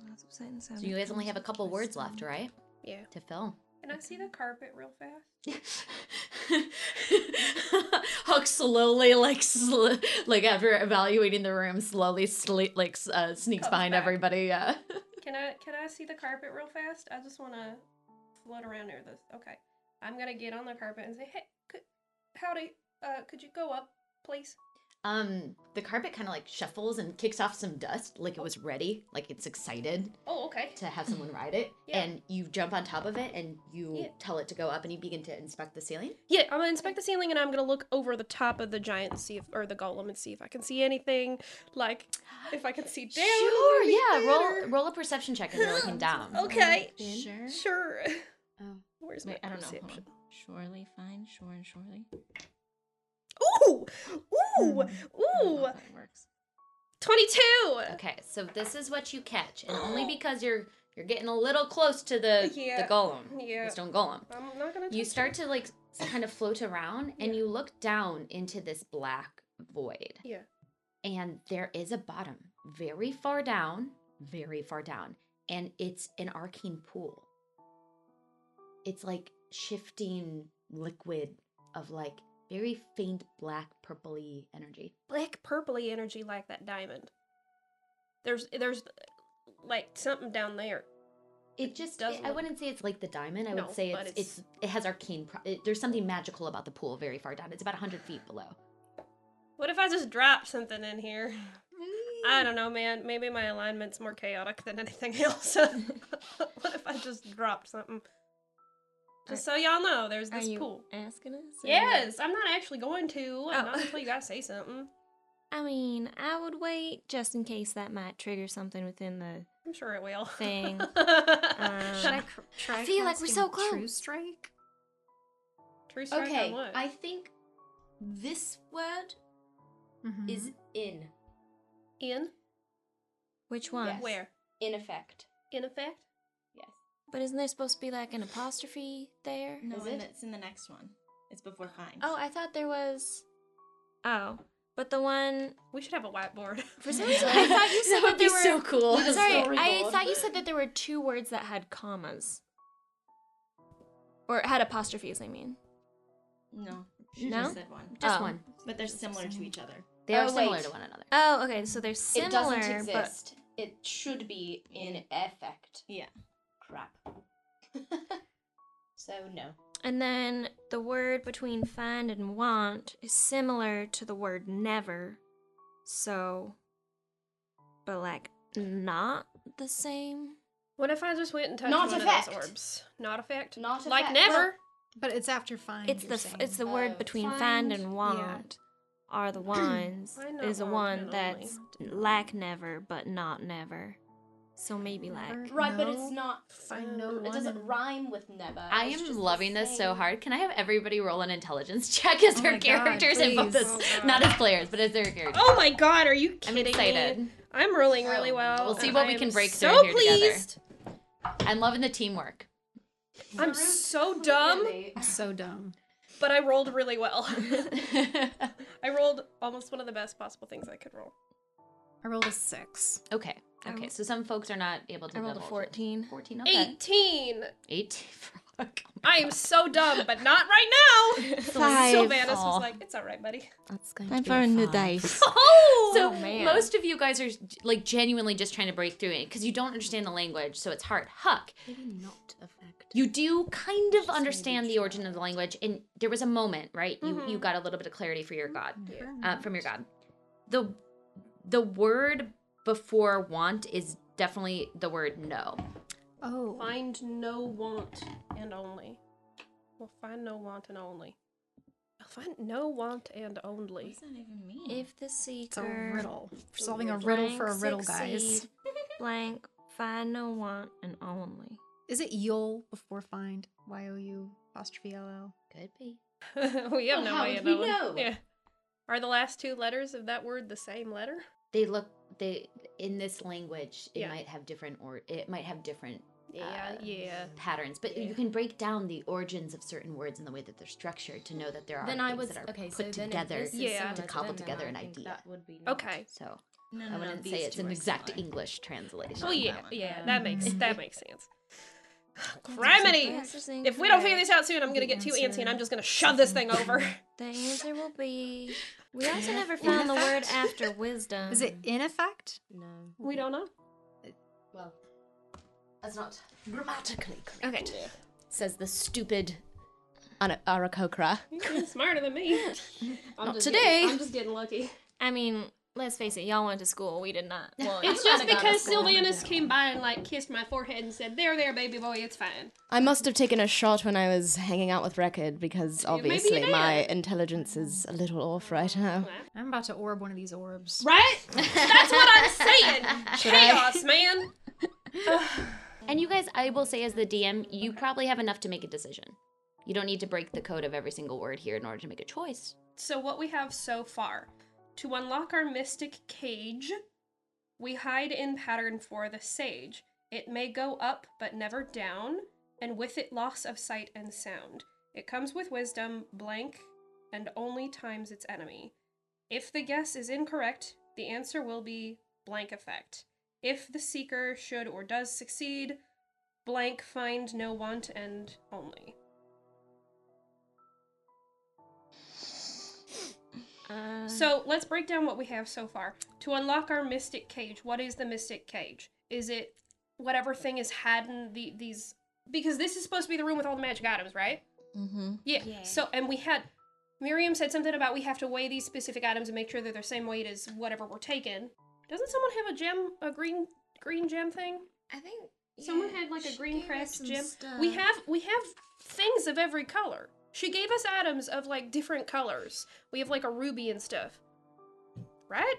lots of sight and sound.
So you
that
guys only
comes
have a
with
couple words
wisdom.
left, right?
Yeah.
To fill.
Can I see the carpet real fast?
[LAUGHS] Huck slowly, like sl- like after evaluating the room, slowly sle- like s- uh, sneaks
Comes
behind
back.
everybody. Yeah.
Can I can I see the carpet real fast? I just want to float around near this. Okay, I'm gonna get on the carpet and say, "Hey, could, howdy, uh, could you go up, please?"
[LAUGHS] Um, the carpet kind of like shuffles and kicks off some dust, like it was ready, like it's excited
Oh, okay.
to have [LAUGHS] someone ride it.
Yeah.
And you jump on top of it and you
Yeah.
tell it to go up, and you begin to inspect the ceiling.
Yeah, I'm gonna inspect the ceiling and I'm gonna look over the top of the giant and see if, or the golem and see if I can see anything, like if I can see down.
Sure,
underneath
yeah.
it
Roll
or-
roll a perception check if you're [LAUGHS] looking down.
Okay.
Sure.
Sure.
Oh.
[LAUGHS] Where's
Wait,
my
I don't know. hold
perception?
on. Surely fine. Sure and surely.
Ooh,
Hmm,
ooh, ooh. Twenty-two.
Okay, so this is what you catch, and only because you're you're getting a little close to the
Yeah,
the golem,
yeah.
the stone golem.
I'm not gonna.
You
touch
start
it.
to like s- kind of float around, and you look down into this black void,
Yeah.
and there is a bottom, very far down, very far down, and it's an arcane pool. It's like shifting liquid of like very faint black purpley energy.
black purpley energy like that diamond. There's there's like something down there.
It just
does
I
look-
wouldn't say it's like the diamond. I
No,
would say
but
it's, it's it has arcane. Pro- it, there's something magical about the pool very far down. It's about hundred feet below.
What if I just drop something in here?
Mm.
I don't know, man. Maybe my alignment's more chaotic than anything [LAUGHS]
[LAUGHS]
else. what if I just dropped something? Just so y'all know, there's
Are
this
you
pool.
asking us? or-
Yes, I'm not actually going to. I'm
Oh.
not until you guys say something.
I mean, I would wait just in case that might trigger something within the
I'm sure it will. [LAUGHS]
thing. um,
Should
I
cr- try
feel like we're
casting
so
True
close.
strike.
True strike
Okay,
on what?
I think this word
Mm-hmm.
is in.
in
Which one?
Yes.
where
In effect.
in effect.
Yes.
But isn't there supposed to be like an apostrophe there?
No,
Is
and
it?
it's in the next one. It's before find.
Oh, I thought there was. Oh, but the one
we should have a whiteboard. [LAUGHS]
For [LAUGHS] some reason, I thought you said that, there
[LAUGHS]
were.
cool.
I'm Sorry, I thought you said that there were two words that had commas, or had apostrophes. I mean,
No, she
No?
just said one.
Just
Oh.
one.
But they're similar to each other.
Um, They are similar to one another.
Oh, okay, so they're similar.
it doesn't
but-
exist. It should be in effect.
Yeah.
[LAUGHS]
Crap. so no.
And then the word between find and want is similar to the word never. So, but like not the same.
What if I just went and touched
Not
one
effect.
of those orbs? Not effect.
Not
like
effect.
never.
But it's after find.
It's
you're
the
saying.
it's the word between find, and want
[CLEARS THROAT]
are the ones
I know
is the
want
one
and
that's lack never but not never. So maybe lack.
Right, but it's not.
one
it doesn't rhyme with never.
I
It's
am
just
loving this so
same.
hard. Can I have everybody roll an intelligence [LAUGHS] check as
Oh
their
my God,
characters and both
please.
[LAUGHS] as not as players, but as their characters?
Oh my god, are you kidding
I'm excited.
me? I'm rolling really well.
We'll see
and
what
I
we
am
can break
so
through here
pleased.
together. I'm loving the teamwork. [LAUGHS]
I'm so dumb.
so dumb.
But I rolled really well. [LAUGHS] I rolled almost one of the best possible things I could roll.
I rolled a six.
Okay. Okay. So some folks are not able to.
I rolled a
divulge it. 14. Okay.
18.
[LAUGHS] 18.
I am so dumb, but not right now.
[LAUGHS] Five.
Sylvanas was
Aw.
like, "It's all right, buddy."
That's good.
Time for a new
dice.
Oh, so
man.
most of you guys are like genuinely just trying to break through it because you don't understand the language, so it's hard. Huck,
Maybe not affect.
you do kind of understand the origin of the language, and there was a moment, right? You you got a little bit of clarity for your god, uh, from your god. the The word before want is definitely the word no.
Oh.
Find no want and only. We'll find no want and only. I'll find no want and only. What does
that even mean? If the seeker
riddle. We're solving a riddle for a riddle, guys.
succeed, blank find no want and only.
Is it Yule before find? Y O U apostrophe L L.
Could be.
[LAUGHS] we have
Well,
no
how
way
would
of
we
knowing.
know?
Yeah. Are the last two letters of that word the same letter?
They look they in this language. It
Yeah.
might have different or it might have different
Yeah, yeah.
uh, patterns, but
Yeah.
you can break down the origins of certain words and the way that they're structured to know that there are
Then
things
I was-
that are
okay, so
put
then if
together
this is
Yeah.
to
similar to
cobble
them, then
together
I
an
think
idea.
that would be
Okay.
So
No, no,
I
no,
wouldn't say
these
it's
two
an
are
exact
similar. Oh,
English translation.
Well, yeah, yeah, that makes that makes sense. [SIGHS]
This is
Criminy! If we don't figure this out soon, I'm gonna
The
get too antsy and I'm
answer-
just gonna shove this thing over. [LAUGHS]
The answer will be. We also
In
never
effect?
found the word after wisdom.
Is it in effect?
No.
We don't know.
Well, that's not grammatically correct.
Okay.
Says the stupid Ana- Arakokra.
You're smarter than me. I'm
Not
just
today.
Getting, I'm just getting lucky.
I mean, let's face it. Y'all went to school. We did not.
[LAUGHS]
Well,
It's
y'all
just
kinda got
because
to school.
Sylvanus came by and like kissed my forehead and said, "There, there, baby boy, it's fine."
I must have taken a shot when I was hanging out with Record because
maybe you
obviously my
did.
intelligence is a little off
Mm,
right now.
I'm about to orb one of these orbs.
Right? That's what I'm saying.
Should I?
Chaos, man.
And you guys, I will say as the DM, you probably have enough to make a decision. You don't need to break the code of every single word here in order to make a choice.
So what we have so far, to unlock our mystic cage, we hide in pattern for the sage. It may go up but never down, and with it loss of sight and sound. It comes with wisdom, blank, and only times its enemy. If the guess is incorrect, the answer will be blank effect. If the seeker should or does succeed, blank find no want and only.
Uh,
So let's break down what we have so far. To unlock our mystic cage, what is the mystic cage? Is it whatever thing is hidden the these because this is supposed to be the room with all the magic items, right?
Mm-hmm.
Yeah. So and we had Miriam said something about we have to weigh these specific items and make sure they're the same weight as whatever we're taking. Doesn't someone have a gem a green green gem thing?
I think
Someone
yeah,
had like a
she
green
gave us
craft
some
gem.
stuff.
We have we have things of every color. She gave us items of like different colors. We have like a ruby and stuff. Right?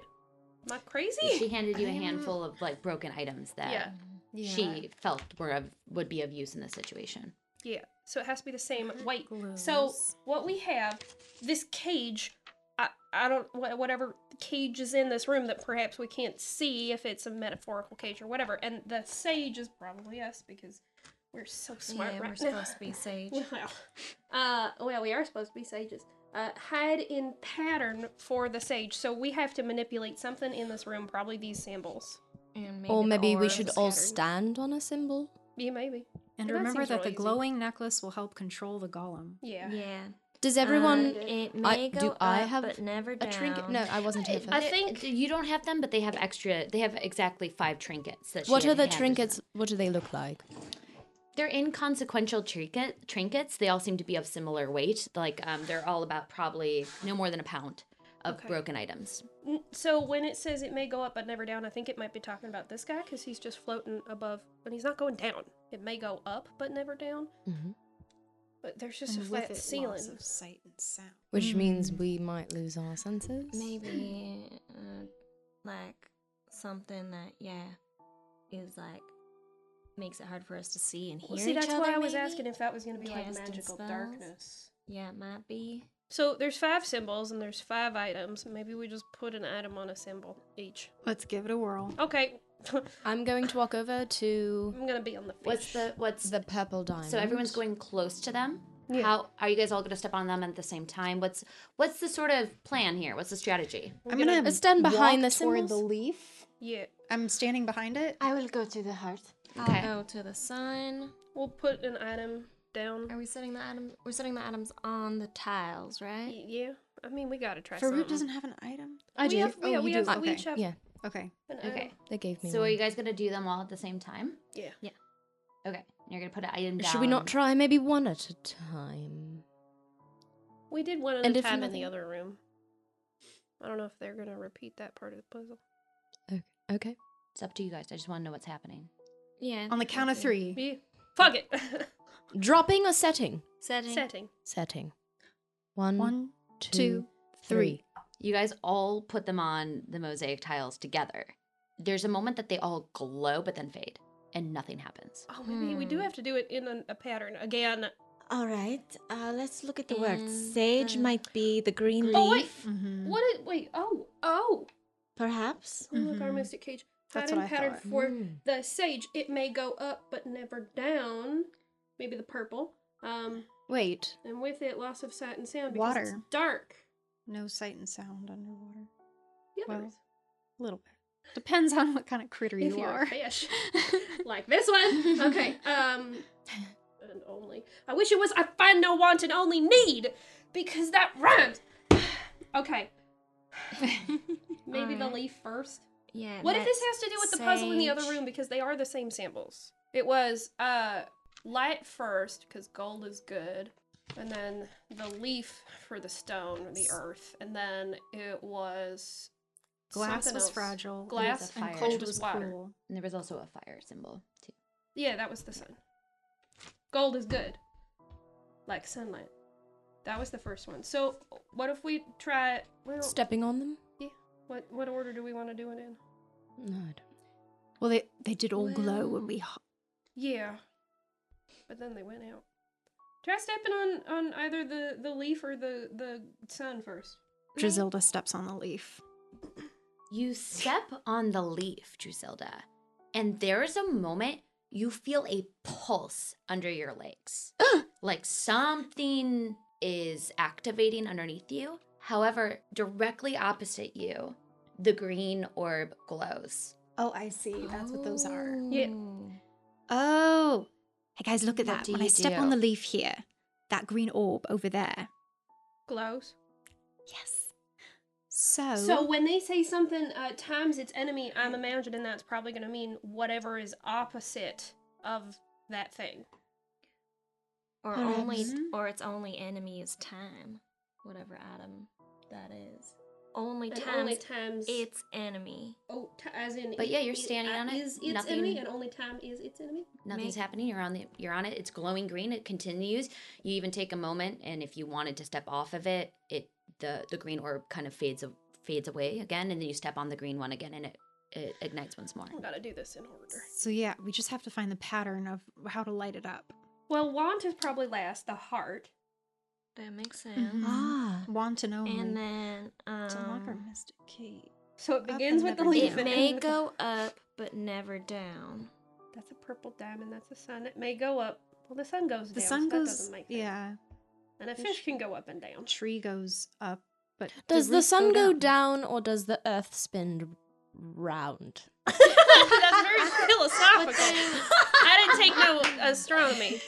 Am I crazy?
She handed you a handful of like broken items that
Yeah. Yeah.
she felt were of would be of use in this situation.
Yeah. So it has to be the same weight. So what we have, this cage, I, I don't wha- whatever cage is in this room that perhaps we can't see if it's a metaphorical cage or whatever. And the sage is probably us because we're so smart
Yeah,
right
we're
now.
supposed to be sage.
[LAUGHS] Well, uh, well, we are supposed to be sages. Uh, hide in pattern for the sage. So we have to manipulate something in this room, probably these symbols.
And
or maybe we should all stand on a symbol.
Yeah, maybe.
And
That
remember
seems
that
real
the
easy.
glowing necklace will help control the golem.
Yeah.
Yeah.
Does everyone?
Um, it
Uh, I-
may go
do I
up,
have
but never
a trinket?
down.
No, I wasn't here.
I
first.
think you don't have them, but they have extra. They have exactly five trinkets. That she
What
had
are the
handed them.
trinkets? What do they look like?
They're inconsequential trinket trinkets. They all seem to be of similar weight. Like um, they're all about probably no more than a pound of
Okay.
broken items.
N- So when it says it may go up but never down, I think it might be talking about this guy because he's just floating above, but he's not going down. It may go up but never down.
Mhm.
But but there's just
And
a
with
flat
it,
ceiling.
loss of sight and sound.
Which means we might lose our senses.
Hmm. Maybe uh, like something that yeah is like makes it hard for us to see and hear
Well, see,
each
that's
other.
why I was
maybe?
asking if that was going to be like
Casting
magical
spells.
darkness.
Yeah, it might be.
So there's five symbols and there's five items. Maybe we just put an item on a symbol each.
Let's give it a whirl.
Okay, [LAUGHS]
I'm going to walk over to.
I'm gonna be on the fish.
What's the what's
the purple diamond?
So everyone's going close to them. How are you guys all going to step on them at the same time? What's what's the sort of plan here? What's the strategy?
I'm gonna,
stand behind
walk
the
toward the
symbols.
leaf.
Yeah.
I'm standing behind it.
I will go to the heart.
Okay.
I'll go to the sun.
We'll put an item down.
Are we setting the item? We're setting the items on the tiles, right?
yeah. I mean, we gotta try.
Farouk
something.
doesn't have an item.
I We do. have-
Oh,
yeah,
you
we
do.
have-
okay.
we each have-
yeah. Okay.
An
Okay.
item.
They gave me
So are
one.
you guys going to do them all at the same time?
Yeah.
Yeah. Okay. You're going to put an item down.
Should we not try maybe one at a time?
We did one at
And
a
if
time in the
nothing-
other room. I don't know if they're gonna repeat that part of the puzzle.
Okay.
It's up to you guys. I just want to know what's happening.
Yeah.
On the count of three.
Yeah. Fuck it. [LAUGHS]
Dropping or setting?
Setting.
Setting.
Setting. One,
One,
two, three.
You guys all put them on the mosaic tiles together. There's a moment that they all glow but then fade and nothing happens.
Oh, maybe we
Hmm.
do have to do it in a, a pattern again.
All right, uh, let's look at the words.
And,
Sage
uh,
might be the green leaf,
Oh wait.
Hmm. Mm-hmm.
What? Is, wait. Oh. Oh.
perhaps.
Oh, Look, our mystic cage.
Hmm. That's
Hiding
what I
pattern
thought. Hmm.
for the sage. It may go up, but never down. Maybe the purple. Um,
Wait.
and with it, loss of sight and sound because it's
Water.
dark.
No sight and sound underwater.
Yeah, there
Well,
is.
a little bit. Depends on what kind of critter
if
you
you're
are.
a [LAUGHS] fish, like this one. Okay. Um, and only. I wish it was. I find no want and only need, because that rhymes. [SIGHS] Okay. [LAUGHS] Maybe the
Alright.
leaf first.
Yeah.
What if
let's
this has to do with the puzzle in the other
sage.
room because they are the same samples? It was uh light first because gold is good, and then the leaf for the stone or the earth, and then it was
Glass
something
was
else.
fragile. and
Glass
a
and
fire.
cold
Which
was
was water.
cool.
And there was also a fire symbol too.
Yeah, that was the sun. Gold is good, like sunlight. That was the first one. So what if we try? Well,
Stepping on them?
yeah. What what order do we want to do it in?
No, I don't.
Well, they they did all glow when we. h-
Yeah. But then they went out. Try stepping on on either the the leaf or the the sun first. [LAUGHS]
Drizilda steps on the leaf.
You step on the leaf, Drusilda, and there is a moment you feel a pulse under your legs. like something is activating underneath you. However, directly opposite you, the green orb glows.
Oh, I see. That's what those are.
Yeah.
Oh. Hey guys, look at
What
that.
do
When I
you
step on
do?
the leaf here, that green orb over there.
Glows.
Yes.
Oh.
So.
So when they say something uh, times its enemy, I'm imagining that's probably going to mean whatever is opposite of that thing.
Or
Alright.
only,
Mhm.
or its only enemy is time, whatever item that is. Only
And
times,
only times-
its enemy.
Oh, t- as in.
But yeah,
it-
you're standing on it,
Is its
nothing-
enemy, and only time is its enemy.
Nothing's
Make-
happening. You're on the you're on it. It's glowing green. It continues. You even take a moment and if you wanted to step off of it, it the the green orb kind of fades a- fades away again and then you step on the green one again and it it ignites once more.
I gotta do this in order.
So yeah, we just have to find the pattern of how to light it up.
Well, want is probably last. The heart.
That makes sense.
Mhm.
Ah.
Want to know.
Mm-hmm. And then,
to lock our
um,
mystic key.
So it
Up
begins
and
with the
never
leaf.
it
down.
and
may
ends with the-
go up, but never down.
That's a purple diamond. That's a sun. It may go up. Well, the sun goes
The
down.
sun
so that
goes.
doesn't make sense.
Yeah.
And a fish can go up and down.
Tree goes up, but
Does the
roots
sun go
down?
down or does the earth spin [LAUGHS] round?
[LAUGHS] That's very philosophical. [LAUGHS] I didn't take no astronomy.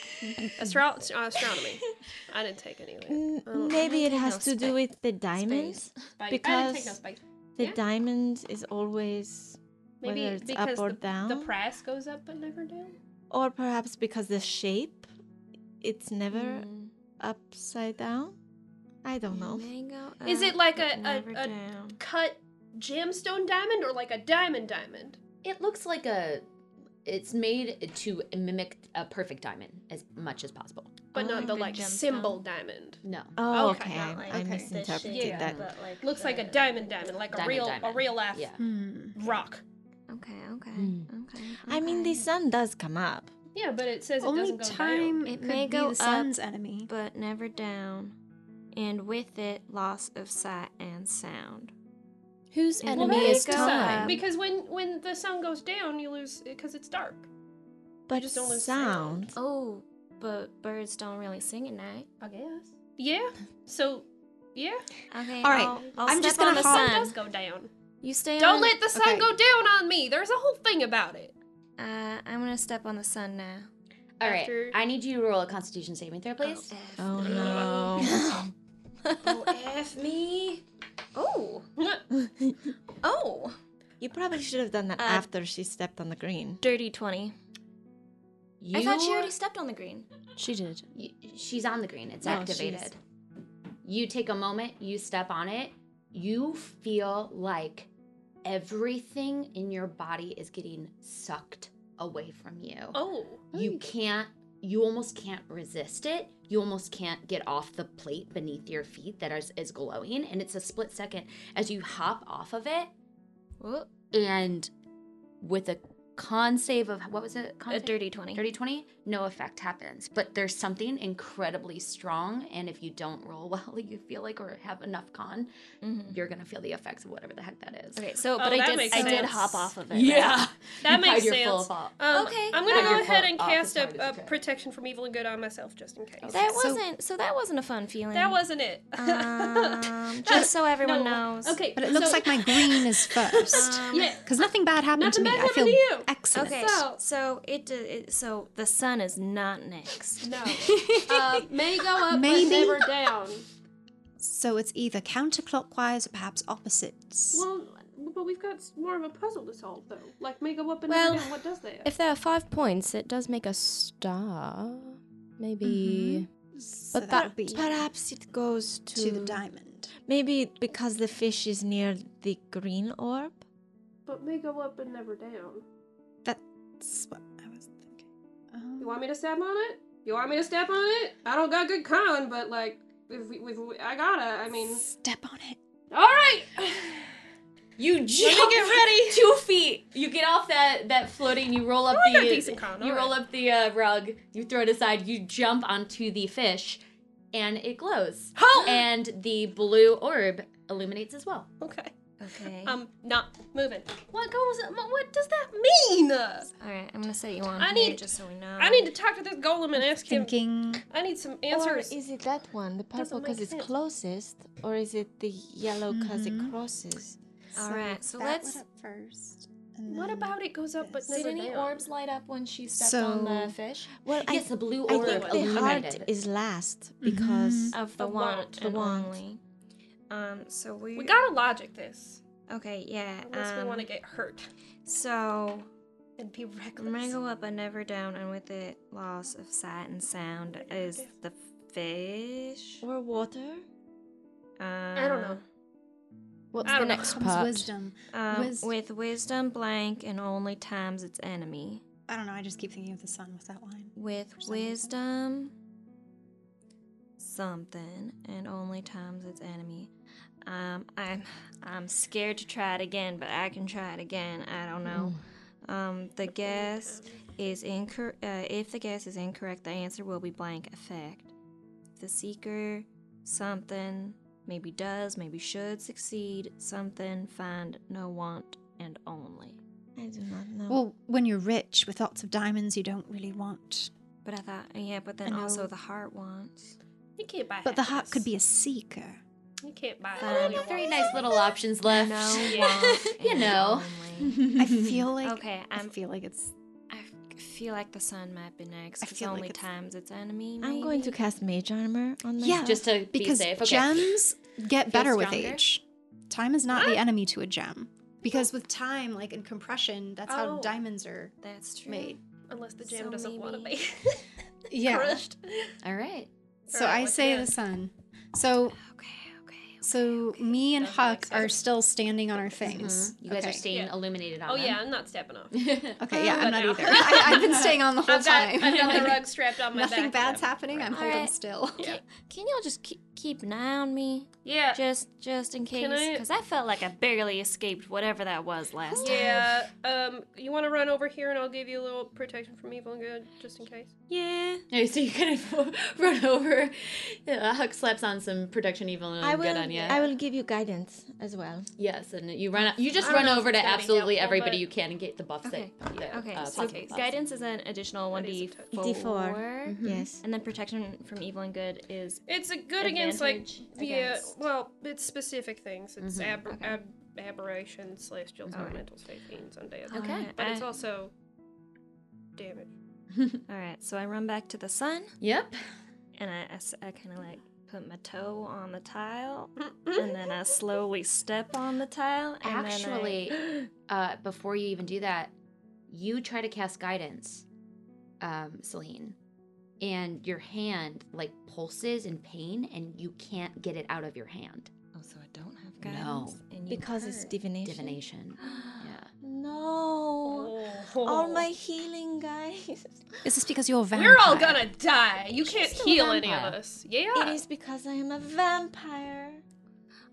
Astro- astronomy. I didn't take any of it.
N-
I don't know.
Maybe it
Making
has
no
to do
spa-
with the diamonds,
Spike. I didn't take no
because
spike.
the
Yeah.
diamond is always
Maybe
whether it's
because
up or
the,
down,
the price goes up but never down.
or perhaps because the shape, it's never
Mm.
upside down. I don't know.
May go up,
Is it like
but
a- a-
uh, never
a-
down.
Cut gemstone diamond or like a diamond diamond?
It looks like a. It's made to mimic a perfect diamond as much as possible.
but
Oh,
not the
like a
like
gemstone?
symbol diamond.
No.
Oh, okay. Not like
Okay.
the misinterpreted shape, that. but like
Looks like a diamond diamond, like
Diamond
a real
diamond.
a real F
Yeah.
rock.
Okay, okay, okay.
I mean, the sun does come up.
Yeah, but it says it doesn't go down.
it may go
sun's
up, enemy, but never down, and with it, loss of sight and sound.
Whose
And
enemy
may
is
go
time?
up-
Because when when the sun goes down, you lose because it's dark.
But
just don't lose
sound.
Oh, but birds don't really sing at night.
I guess. Yeah. So, yeah.
Okay. All right, I'll- I'll
am
I'm just
just gonna
step gonna on the
sun.
hop- sun.
does go down.
You stay.
Don't
on-
let the sun
okay.
go down on me. There's a whole thing about it.
Uh, I'm gonna step on the sun now.
All right. I need you to roll a Constitution saving throw, please.
[LAUGHS]
Oh,
no.
oh,
F me.
Oh.
[LAUGHS]
[LAUGHS] oh.
You probably should have done that after she stepped on the green.
Dirty 20. I thought she already stepped on the green.
She did.
She's on the green. It's
No,
activated. You take a moment, you step on it, you feel like everything in your body is getting sucked away from you.
Oh.
You can't you almost can't resist it. You almost can't get off the plate beneath your feet that is, is glowing and it's a split second as you hop off of it and with a con save of what was it? Con
A
save?
dirty 20.
Dirty 20, no effect happens. But there's something incredibly strong, and if you don't roll [LAUGHS] well, you feel like, or have enough con,
Mm-hmm.
Mhm.
you're going to feel the effects of whatever the heck that is.
Okay,
Oh,
so but I did I did hop off of it. right?
Yeah.
[LAUGHS] That
You
makes
hide your full
sense.
fault.
Um,
Okay,
I'm gonna
that-
go
Your
ahead
fault
and
off
cast
as hard
a, a
as you can.
protection from evil and good on myself just in case.
That wasn't so that wasn't a fun feeling.
That wasn't it.
Um, just so everyone
No.
knows.
[LAUGHS] Okay,
But it looks
so-
like my green is first.
Yeah.
Because nothing bad happened
Nothing
to me.
bad
I feel
happened to
excellent.
Okay, so, it, d- it so the sun is not next.
No. uh, may go up,
Maybe.
but never down.
So it's either counterclockwise or perhaps opposites.
Well, but we've got s- more of a puzzle to solve, though. Like, may go up and
Well,
never down. What does that?
If there are five points, it does make a star. Maybe.
But
But
per-
that
perhaps it goes to,
the diamond.
Maybe because the fish is near the green orb.
But may go up and never down.
That's what I was thinking.
You want me to step on it? You want me to step on it? I don't got good con, but like, if we, if we, I gotta. I mean,
step on it.
All right.
You jump.
get ready.
[LAUGHS] Two feet. You get off that that floating. You roll up
Oh, I
the
got decent con,
you
all
roll
right.
up the uh, rug. You throw it aside. You jump onto the fish, and it
[GASPS]
glows.
Ho!
And the blue orb illuminates as well.
Okay.
Okay.
Um, not moving. What goes? What does that mean?
All right, I'm gonna set you on.
I
hold
need-
just so we know.
I need to talk to this golem and ask him.
Thinking.
I need some answers.
Or is it that one, the purple,
Doesn't
because
make
it's
sense.
closest, or is it the yellow because it crosses?
All right, so
that
let's.
went up first.
What about it goes up but
Did
never
any
down?
orbs light up when she stepped
So-
on the fish?
Well,
yes, the blue
I
orb
think the heart
illuminated.
is last because
Of the,
The
wand,
wand,
the
and
wand.
only. Um. So we.
We gotta logic this,
Okay. Yeah.
unless we
um,
want to get hurt
So
and be reckless.
I'm gonna go up and never down, and with it, loss of sight and sound is the fish.
or water.
Uh,
don't know.
What's
I
the
don't know.
next
Comes
part?
wisdom.
Um,
Wis-
with wisdom blank and only times its enemy.
I don't know. I just keep thinking of the sun with that line.
With
some reason.
wisdom something and only times its enemy. Um, I'm I'm scared to try it again, but I can try it again. I don't know.
Hmm.
Um, the guess is incor- uh, If the guess is incorrect, the answer will be blank effect. The seeker something maybe does, maybe should succeed. Something find no want and only.
I do not
Mm.
know.
Well, when you're rich with lots of diamonds, you don't really want.
But I thought, yeah, but then
I know.
also the heart wants.
You can't buy.
But the heart
happiness.
could be a seeker.
You can't buy.
Um,
all you
Three
want.
nice little options left.
[LAUGHS]
[LAUGHS]
No want
you
and
know. [LAUGHS]
only.
I feel like.
Okay,
I
I'm.
feel like it's.
[LAUGHS] I f- feel like the sun might be next.
I
It's
feel like
only
it's-
times its enemy.
I'm going to
maybe?
cast mage armor on myself.
Yeah,
Just to be
because
safe, okay.
gems
Feel
get better with
stronger?
age. Time is not the enemy to a gem because with time, like in compression, that's how
Oh.
diamonds are
That's true.
made.
Unless the jam
So
doesn't want to be
maybe-
Yeah.
crushed.
All right.
So
Alright,
I
what's
say the
next?
sun. So
Okay. Okay.
so me and Huck are still standing on our things.
Mm-hmm. You guys are
Okay.
staying illuminated on
Oh
them.
yeah, I'm not stepping off.
Okay, yeah, I'm not either. I, I've been staying on the whole
I've got,
time.
I've
[LAUGHS]
got the
Like,
rug strapped on my
Nothing
back.
bad's happening. I'm holding
Alright.
still.
Can, can y'all just keep, keep an eye on me?
Yeah.
Just just in case,
Uh, Can I-
because I... felt like I barely escaped whatever that was last time.
Yeah. Um, you want to run over here, and I'll give you a little protection from evil and good, just in case.
Yeah. Okay, so you kind of
[LAUGHS]
run over. Yeah, Huck slaps on some protection evil
um,
and
I
good
will.
on you.
I will give you guidance as well.
Yes, and you run. You just
I don't
run
know if
over to
it's gonna be
absolutely
helpful,
everybody
but-
you can and get the buffs.
Okay.
That, you know,
Okay.
uh,
so
possible buffs.
guidance is an additional one d four.
D4, yes.
And then protection from evil and good is
It's a good against like
advantage
yeah.
against-
Well, it's specific things. It's
Mhm.
aber-
Okay.
ab- aberrations, celestials,
Alright.
elementals, fae, fiends, undead.
Okay.
But it's
I-
also damage.
All right, so I run back to the sun.
Yep.
And I, kind of like put my toe on the tile, and then I slowly step on the tile. And [GASPS]
Actually, uh, before you even do that, you try to cast guidance, um, Celine, and your hand like pulses in pain, and you can't get it out of your hand.
Oh, so I don't have
No,
guidance. because it's divination.
divination.
Oh.
No. All my healing, guys.
Is this because you're a vampire?
We're all gonna die. You can't
still a
heal any of
vampire.
us. Yeah.
It is because I am a vampire.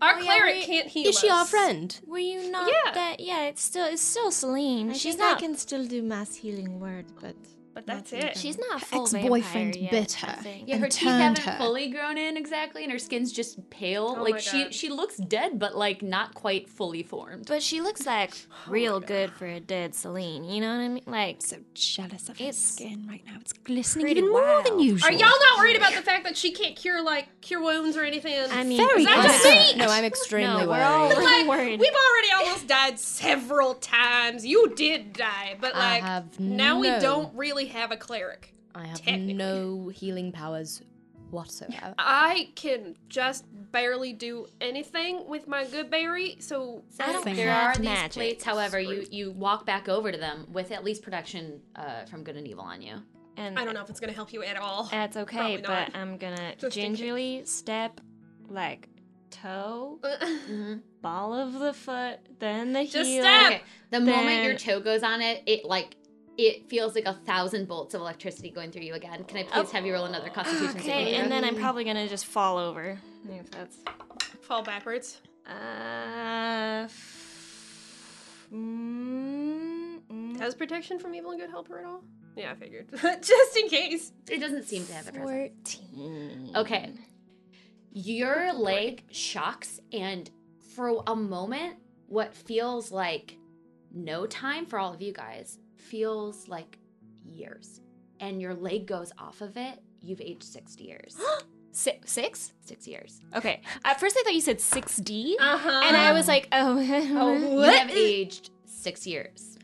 Our
Oh, yeah,
cleric
we-
can't heal
Is she our
us.
friend?
Were you not
Yeah.
that? Yeah, it's still it's still Celine.
I
She's
think
not.
I can still do mass healing word, but
but
that's
it.
She's not a full
Ex-boyfriend
vampire yet,
bit
I
her.
think.
Yeah, her And
teeth
turned
haven't
her.
fully grown in exactly, and her skin's just pale.
Oh my
like she
God.
she looks dead, but like not quite fully formed.
But she looks like real good for a dead Celine. You know what I mean? Like so
jealous of
her
skin right now. It's glistening
pretty
even more than usual.
Are y'all not worried about the fact that she can't cure like cure wounds or anything?
I mean,
is
Very
that
good.
[LAUGHS]
deceit?
[LAUGHS] No, I'm extremely
No, we're
worried.
all [LAUGHS]
Like,
worried.
We've already almost died several times. You did die, but
I
like
have
now we
no-
don't really have a cleric.
I have no healing powers whatsoever.
I can just barely do anything with my good berry, so
I don't
Something.
There are
That's
these
magic.
plates, however, you you walk back over to them with at least protection uh, from good and evil on you.
And
I don't know if it's gonna help you at all.
That's okay,
Probably
but
not.
I'm gonna
Just in case.
gingerly step, like toe, Mm-hmm. ball of the foot, then the
Just
heel.
step! Okay, The moment your
then-
toe goes on it, it like it feels like a thousand bolts of electricity going through you again. Can I please have you roll
[GASPS]
another Constitution saving
Okay, and
throw?
then I'm probably gonna just fall over. If that's
[LAUGHS] fall backwards.
uh, f- mm, mm.
Has protection from evil and good help her at all? Yeah, I figured. [LAUGHS] Just in case.
It doesn't seem to have a present.
fourteen.
Okay. Your leg shocks, and for a moment, what feels like no time for all of you guys feels like years. And your leg goes off of it. You've aged six years.
[GASPS] Si- six?
six years.
Okay. At first, I thought you said six D,
Uh-huh.
and I was like, oh, [LAUGHS]
You have aged six years.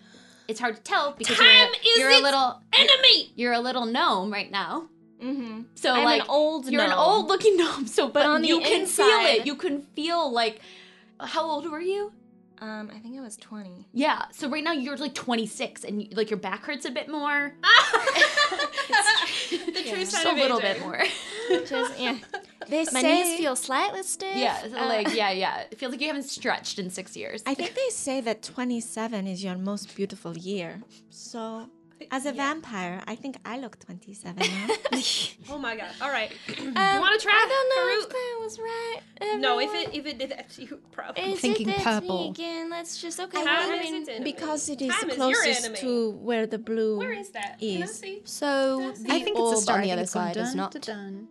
It's hard to tell because you're
Time
a-
is
you're, a,
its
little
Enemy!
You're a little gnome right now.
Mm-hmm.
So
I'm
like
an old.
You're an
gnome.
old looking [LAUGHS] gnome. So but,
on the
you can feel
inside-
it. You can feel like how old were you?
Um, I think I was twenty.
Yeah. So right now you're like 26, and you, like your back hurts a bit more,
The true
just
side
a
of
little
aging.
bit more.
Just yeah.
They
My
say,
knees feel slightly stiff.
yeah. So
Uh,
like yeah, yeah. It feels like you haven't stretched in six years.
I think they say that 27 is your most beautiful year.
[LAUGHS]
So, as a vampire, I think I look 27 now.
Oh my god. Alright.
um,
you wanna try
I don't know
Farouk?
if that was right.
No, if
everyone.
it if it did that to you, probably.
Is it
thinking
that's
purple.
Me again, let's just okay.
I
I
think
mean,
its enemy.
because it is
Time is your
closest
enemy.
to where the blue
Where is that? Can I
is.
see?
So the
I think it's a
orb
star. I
on the
think
other
it's going
side is
dun,
not.
dun,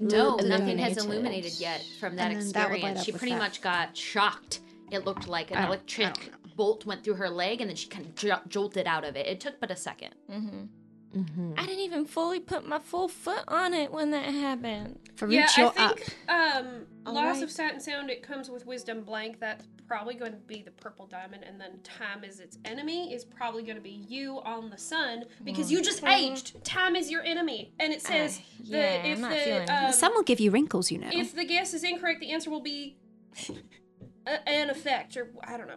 No,
Blue
nothing has
illuminated.
illuminated yet from that
And then that would light
experience.
up
She
with
pretty
that.
much got shocked. It looked like
I
an
don't- I
electric bolt went through her leg, and then she kind of j- jolted out of it. It took but a second.
I didn't even fully put my full foot on it when that happened.
dun. Farouk,
Yeah, I
you're up.
think um
All
loss
right.
of sight and sound it comes with wisdom blank. That's probably going to be the purple diamond, and then time is its enemy is probably going to be you on the sun because you just aged. Time is your enemy, and it says
yeah,
the,
I'm
if
not
the
feeling it.
um,
Some will give you wrinkles, you know.
if the guess is incorrect, the answer will be a, an effect or I don't know.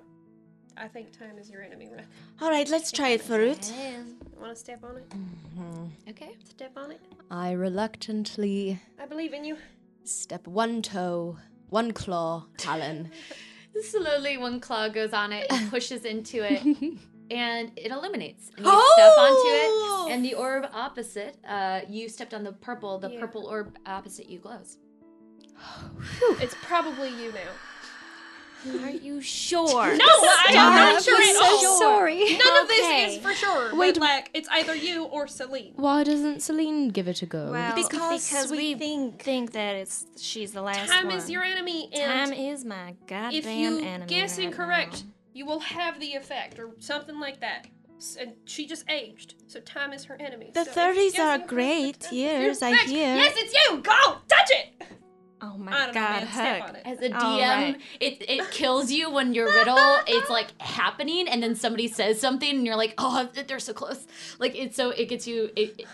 I think time is your enemy. Right?
All right, let's try it, Farut.
Want to step on it?
Okay.
Step on it.
I reluctantly
I believe in you.
step one toe One claw, Talon.
Slowly, one claw goes on it and pushes into
[LAUGHS]
it, and it illuminates. And you step
Oh!
onto it, and the orb opposite, uh, you stepped on the purple, the
Yeah.
purple orb opposite you glows.
It's probably you now.
Are you sure?
No, I'm [LAUGHS] not
Stop.
sure at
I'm
all.
so
None of this
Okay.
is for sure. Wait,
Wait.
but, like it's either you or Celine.
[LAUGHS] Why doesn't Celine give it a go?
Well, because, we, think, that it's she's the last
Time
one.
is your enemy, and
Time is my goddamn
if you
enemy.
guess
right
incorrect, you will have the effect or something like that. S- And she just aged, so time is her enemy.
The
so if you
30s
guess
are
incorrect,
great
it's
years, I
correct.
hear.
Yes, it's you. Go touch it.
Oh
I
my
don't
god,
know, man, step
Hook.
on it.
As a DM,
All right.
it, it kills you when your riddle it's like happening, and then somebody says something, and you're like, oh, [LAUGHS] they're so close. Like it's so it gets you. It, it-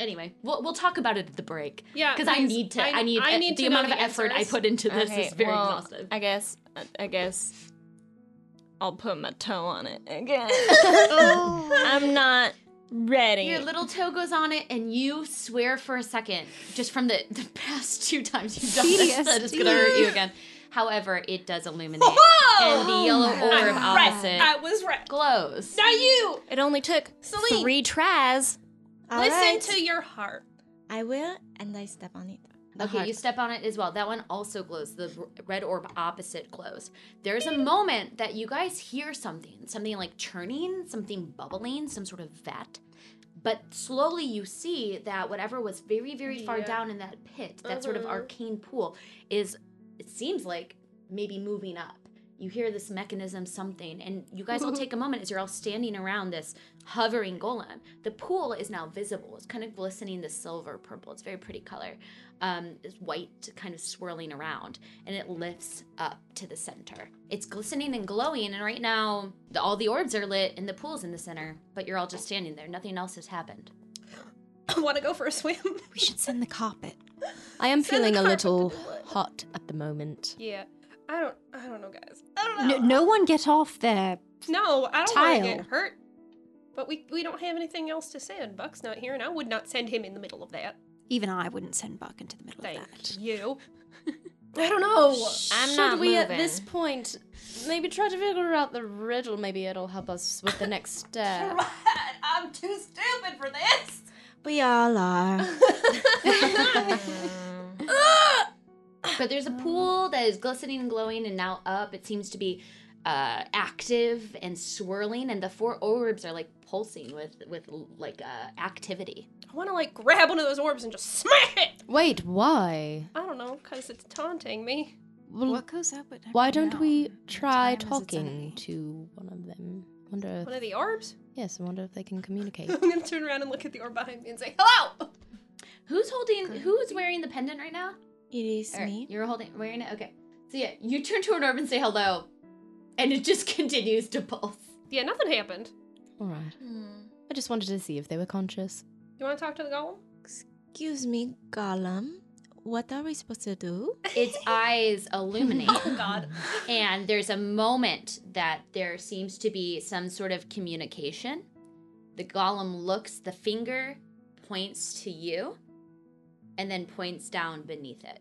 anyway, we'll we'll talk about it at the break.
Yeah,
because I
please.
need to.
I-
I, need,
I need
the
to know
amount of
the
effort I
answers.
put into this
Okay,
is very
well,
exhaustive.
I guess I guess I'll put my toe on it again. [LAUGHS] I'm not ready.
Your little toe goes on it, and you swear for a second, just from the, the past two times you've done this, that it's gonna hurt you again. However, it does illuminate, and the yellow orb
God.
opposite
I was Oh right.
glows.
Now you
It only took
Celine.
three tries.
listen to your heart. [LAUGHS]
I will, and I step on it.
Okay, you step on it as well. That one also glows. The r- red orb opposite glows. There's a moment that you guys hear something, something like churning, something bubbling, some sort of vat. But slowly you see that whatever was very, very far
Yeah.
down in that pit, that sort of
Mhm.
arcane pool, is, it seems like, maybe moving up. You hear this mechanism, something, and you guys all take a moment as you're all standing around this hovering golem. The pool is now visible. It's kind of glistening this silver purple. It's a very pretty color um, is white kind of swirling around and it lifts up to the center. It's glistening and glowing, and right now the, all the orbs are lit and the pool's in the center, but you're all just standing there. Nothing else has happened. [LAUGHS]
I want to go for a swim.
We should send the
[LAUGHS]
carpet.
I am
Send the
feeling a
carpet to
little
do it.
hot at the moment.
[LAUGHS] Yeah, I don't. I don't know, guys.
No, no one get off there.
No, I don't want to
Tile.
get hurt. But we we don't have anything else to send. Buck's not here, and I would not send him in the middle of that.
Even I wouldn't send Buck into the middle
Thank
of that.
you. [LAUGHS] I don't know.
I'm Should
not
we
[LAUGHS]
at this [LAUGHS]
moving.
point maybe try to figure out the riddle? Maybe it'll help us with the [LAUGHS] next step.
I'm too stupid for this.
We all are.
Hmm.
But there's a
Oh.
pool that is glistening and glowing, and now up. It seems to be uh, active and swirling, and the four orbs are like pulsing with with like uh, activity.
I want to like grab one of those orbs and just smash it.
Wait, why?
I don't know, cause it's taunting me.
Well,
What goes up would never
Why don't
know.
we
Time is
try
its
talking
enemy.
to one of them? Wonder if,
One of the orbs. [LAUGHS]
yes, I wonder if they can [LAUGHS] communicate.
I'm gonna turn around and look at the orb behind me and say hello.
Who's holding? Who's wearing the pendant right now?
It is
Alright,
me.
You're holding wearing it? Okay. So yeah, you turn to an orb and say hello. And it just [LAUGHS] continues to
[LAUGHS]
pulse.
Yeah, nothing happened.
All right. I just wanted to see if they were conscious.
You want to talk to the golem?
Excuse me, Gollum. What are we supposed to do?
Its eyes illuminate.
Oh
[LAUGHS]
God.
and there's a moment that there seems to be some sort of communication. The golem looks, the finger points to you, and then points down beneath it.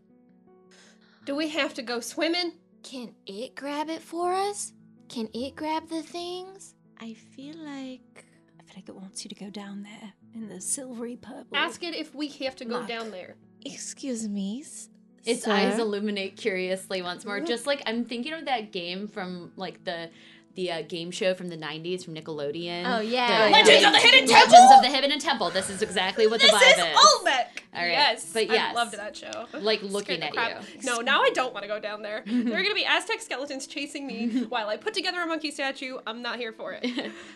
Do we have to go swimming?
Can it grab it for us? Can it grab the things?
I feel like
I feel like it wants you to go down there in the silvery purple.
Ask it if we have to go
Muck.
down there.
Excuse me. s-
Its
sir?
eyes illuminate curiously once more, just like I'm thinking of that game from like the the uh, game show from the '90s from Nickelodeon.
Oh, yeah.
The-
Legends of the Hidden
Legends
Temple!
of the Hidden Temple. This is exactly what the
this
vibe
is
is.
Olmec.
All right,
Yes,
but yes.
I loved that show.
Like
Scared
looking
the
at
crap-
you.
[LAUGHS] No, now I don't want to go down there. there are gonna be Aztec skeletons chasing me while I put together a monkey statue. I'm not here for it.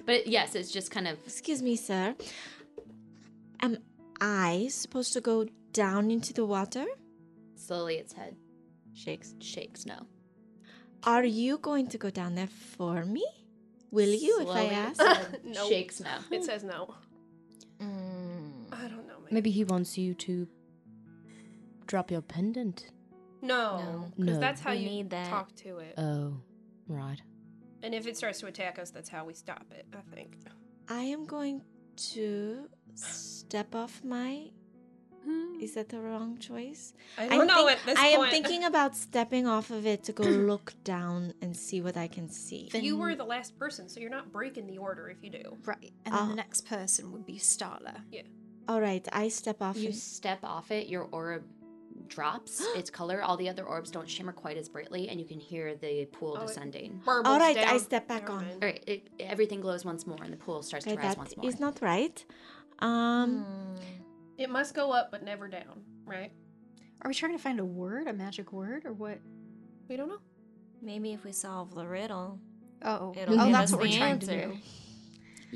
But yes, it's just kind of
Excuse me, sir. Am I supposed to go down into the water?
slowly its head
Shakes.
shakes. No,
Are you going to go down there for me? Will you if I
Slowly
ask?
[LAUGHS]
its
[LAUGHS]
head
No.
shakes. No.
It says no.
Mm.
I don't know, man.
Maybe he wants you to drop your pendant.
No, because
No.
that's how
We
you
need that.
talk to it.
Oh, right.
and if it starts to attack us, that's how we stop it. I think.
I am going to step off my Is that the wrong choice?
I don't
I'm
know at this
Hmm. I am
point.
thinking about stepping off of it to
[CLEARS THROAT]
go look down and see what I can see.
[LAUGHS] You were the last person, so you're not breaking the order if you do.
Right.
then
And then
the
the next person would be Starla.
Yeah.
All right, I step off.
You
and-
step off it, your orb
[GASPS]
drops its color. All the other orbs don't shimmer quite as brightly, and you can hear the pool
Oh, it
descending.
burbles All right, I down. step back Never on. mind.
All right, it, everything glows once more, and the pool starts
Okay,
to rise
that
once more. Hmm.
is not right. Um,
It must go up, but never down, right?
Are we trying to find a word, a magic word, or what?
We don't know.
Maybe if we solve the riddle.
Oh,
it'll
oh,
give
that's
us
what we're
the
trying to
answer.
do.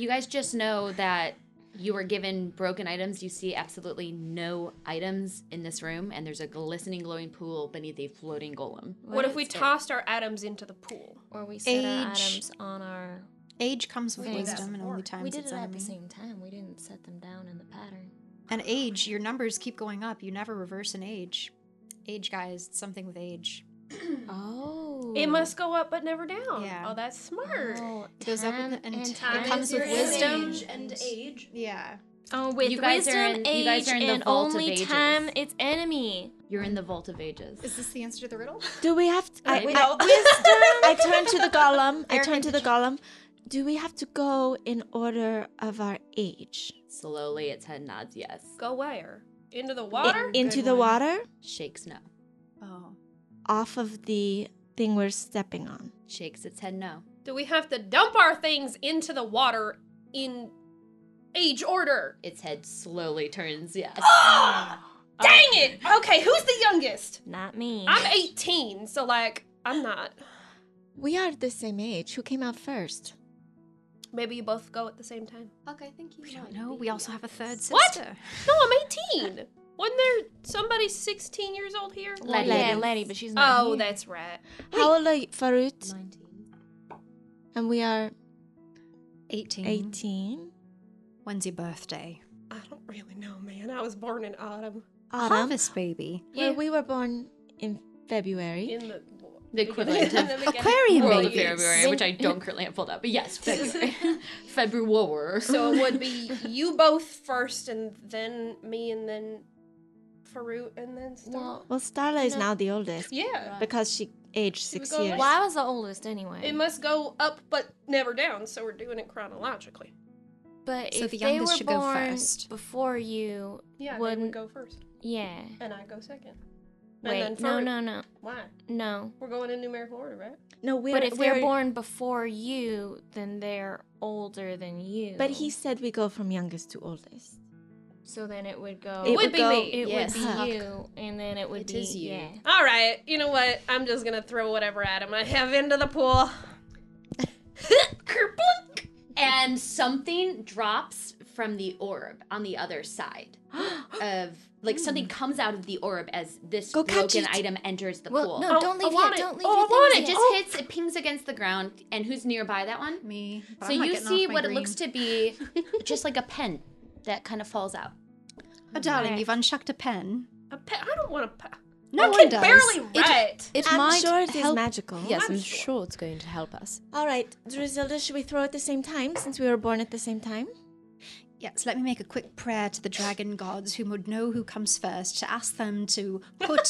You guys just know that you were given broken items. You see absolutely no items in this room, and there's a glistening, glowing pool beneath a floating golem.
What, if we tossed our atoms into the pool?
Or we set our
Age.
items on our
Age comes with
things.
wisdom, and only times
We did
its
it at
enemy.
the same time. We didn't set them down in the pattern.
And age, your numbers keep going up. You never reverse an age. Age, guys, it's something with age.
oh.
It must go up, but never down.
Yeah.
Oh, that's smart.
It goes up with- and, it comes
is your
with wisdom.
age and age.
Yeah.
Oh, with
You guys are
wisdom,
in-
age,
you guys are in the
and
vault of
only
ages.
time its enemy.
You're in the Vault of Ages.
Is this the answer to the riddle?
Do we have to? I,
Maybe.
I-
No. [LAUGHS]
I turn to the golem. I
Erica,
turn to the golem. Do we have to go in order of our age?
Slowly, its head nods yes.
Go where? Into the
I-
water?
into the water,
Shakes no.
Oh.
off of the thing we're stepping on.
Shakes its head no.
Do we have to dump our things into the water in
[GASPS]
age order?
Its head slowly turns yes.
Dang it! Okay, who's the youngest?
Not me.
I'm 18, so like, I'm not.
We are the same age. Who came out first?
Maybe you both go at the same time.
Fuck, I think you
We don't know. We also have a third sister.
What? No, I'm 18. [LAUGHS] Wasn't there somebody 16 years old here?
Letty,
Letty.
Letty, but she's not
Oh,
here.
that's right.
How old are you, Farut?
19.
And we are
18.
18.
When's your birthday?
I don't really know, man. I was born in autumn.
Uh-huh.
Autumn.
Harvest baby.
Well, we were born in February.
In the,
The equivalent of
Aquarium
World of
babies.
February, which I
[LAUGHS]
don't currently have pulled up. But yes, February. [LAUGHS] February.
So it
[LAUGHS]
would be you both first, and then me, and then Farouk, and then Star.
Well, Starla is
No.
now the oldest
yeah.
because she aged
She was
six
going
years.
last.
Why was the oldest anyway?
It must go up but never down, so we're doing it chronologically.
but
So
if
the
they
youngest
were
should go
born
first.
before you,
Yeah,
wouldn't.
they would go first,
Yeah.
and I go second.
Wait,
and then
no,
Farouk.
no, no,
Why?
no.
We're going in numerical order, right?
No, we're,
but if
we're,
they're born before you, then they're older than you.
But he said we go from youngest to oldest.
So then it would go.
It It would would be go- me,
It
yes.
would
Fuck.
be you, and then it would
It
be
is you.
yeah.
All right. You know what? I'm just gonna throw whatever atom I have into the pool.
Kerplunk! And something drops from the orb on the other
[GASPS]
side of like
Hmm.
something comes out of the orb as this
Go catch
broken
it.
item enters the
Well,
pool.
no,
Oh,
don't
I
leave
want
yet.
it.
Don't leave
Oh, I
your
want
things
it
yet.
just hits, it pings against the ground, and who's nearby that one?
Me. But
So
I'm not
you
getting
see
off my
what
green.
it looks to
[LAUGHS]
be just like a pen that kind of falls out.
Oh, darling, you've unshucked a pen.
A pe- I don't want a pe-
No
I
one
can
does.
barely write.
It
I'm
might
sure it is
help.
magical.
Yes,
I'm
I'm
sure.
sure it's going to help us.
All right, Drizilda, should we throw at the same time since we were born at the same time?
Yes, let me make a quick prayer to the dragon gods who would know who comes first to ask them to
[LAUGHS]
put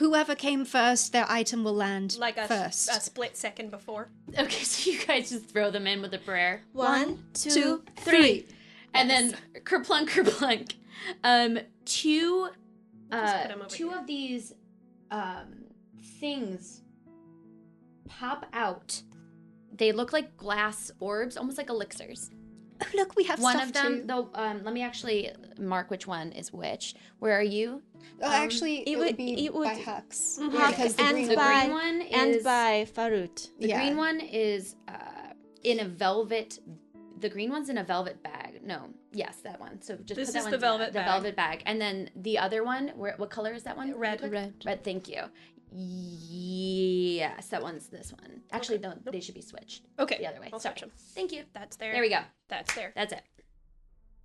whoever came first, their item will land
like a,
first.
a split second before.
Okay, [LAUGHS] so you guys just throw them in with a prayer.
One,
two,
three. And then kerplunk, kerplunk. Um, two,
Just
uh,
put 'em over
two
here.
of these um, things pop out. They look like glass orbs, almost like elixirs.
Oh, look, we have
one
stuff
of them,
too.
though, um, let me actually mark which one is which. Where are you?
Oh,
um,
actually, it, would, be
it would-
by Hux.
Hawk
Because the
and
green
the
by
green one
and
is-
by Farut.
The
Yeah.
green one is uh, in a velvet. The green one's in a velvet bag. No, yes, that one. So just
This
put that
is the
one
velvet
the
bag.
velvet bag, and then the other one. Where what color is that one?
Red.
red, red. Thank you. Yes, that one's this one. Actually, no, they should be switched.
Okay.
the other way.
I'll
Sorry.
switch 'em.
Thank you.
That's there.
There we go.
That's there.
That's it.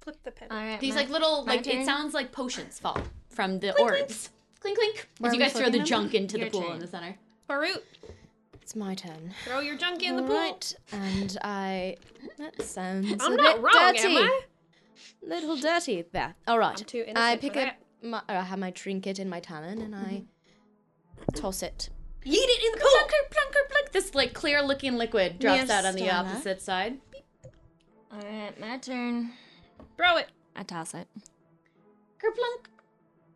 Flip the pen.
All right.
These
my-
like little
my
like
turn?
it sounds like potions fall from the
Clink, clink.
orbs. Clink clink.
Where
As
are
you
we
guys throw the
flipping them?
junk into
Your
the pool
turn.
in the center.
Farouk,
It's my turn.
throw your junk in the
All
pool.
right, and I. That sounds
I'm
a
not
bit
wrong,
dirty.
am I?
Little dirty there. All right.
I'm too innocent
I pick
for
up
that.
my, I have my trinket in my talon and I
Mm-hmm.
toss it.
Yeet it in the plunker, plunker, plunk. This like clear looking liquid drops
Yes,
out on the
Donna.
opposite side.
All right, my turn.
Throw it.
I toss it.
Kerplunk.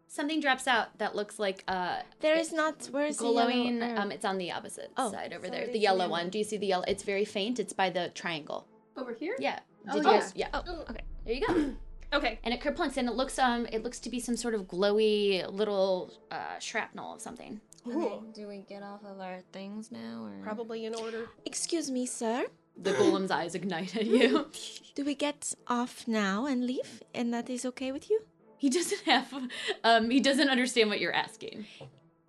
Something drops out that looks like uh
There is not. Where is the yellow
glowing
herb?
um it's on the opposite
Oh,
side over
so
there.
it
The
is the
yellow
yellow.
one. Do you see the yellow? It's very faint. It's by the triangle.
Over here?
Yeah.
Oh,
Did
yeah.
you guys yeah. Oh, okay. There [CLEARS THROAT] you go.
Okay.
And it kerplunks and it looks um it looks to be some sort of glowy little uh shrapnel of something.
Okay, do we get off of our things now, or
Probably in order.
Excuse me, sir.
The golem's eyes ignite at [LAUGHS] you.
Do we get off now and leave? And that is okay with you?
He doesn't have. Um, he doesn't understand what you're asking.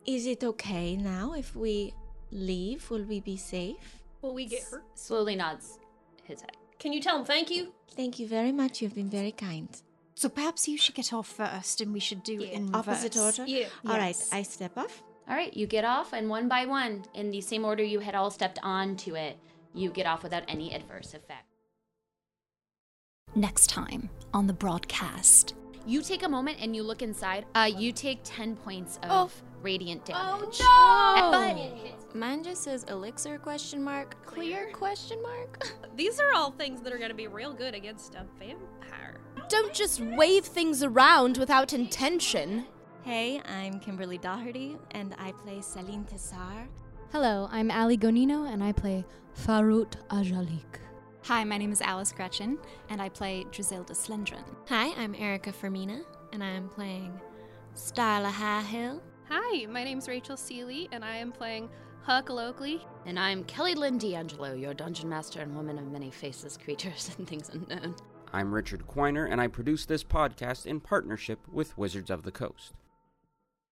Is it okay now if we leave? Will we be safe?
Will we get hurt?
Slowly nods his head.
Can you tell him thank you?
Thank you very much. You've been very kind.
So perhaps you should get off first and we should do it in reverse.
Opposite order?
Yeah.
All right,
Yes.
I step off.
All right, you get off, and one by one, in the same order you had all stepped onto it, you get off without any adverse effect.
Next time on the broadcast.
You take a moment and you look inside. Uh, you take ten points of radiant damage.
Oh!
But mine just says elixir question mark clear question mark. [LAUGHS]
These are all things that are going to be real good against a vampire.
Don't just wave things around without intention.
Hey, I'm Kimberly Doherty, and I play Celine Tessar.
Hello, I'm Ali Gonino and I play Farut Ajalik.
Hi, my name is Alice Gretchen, and I play Drisilda Slendron.
Hi, I'm Erica Fermina, and I'm playing Starla High Hill.
Hi, my name's Rachel Seeley, and I am playing Huck Lockley.
And I'm Kelly Lynn D'Angelo, your dungeon master and woman of many faces, creatures, [LAUGHS] and things unknown.
I'm Richard Quiner, and I produce this podcast in partnership with Wizards of the Coast.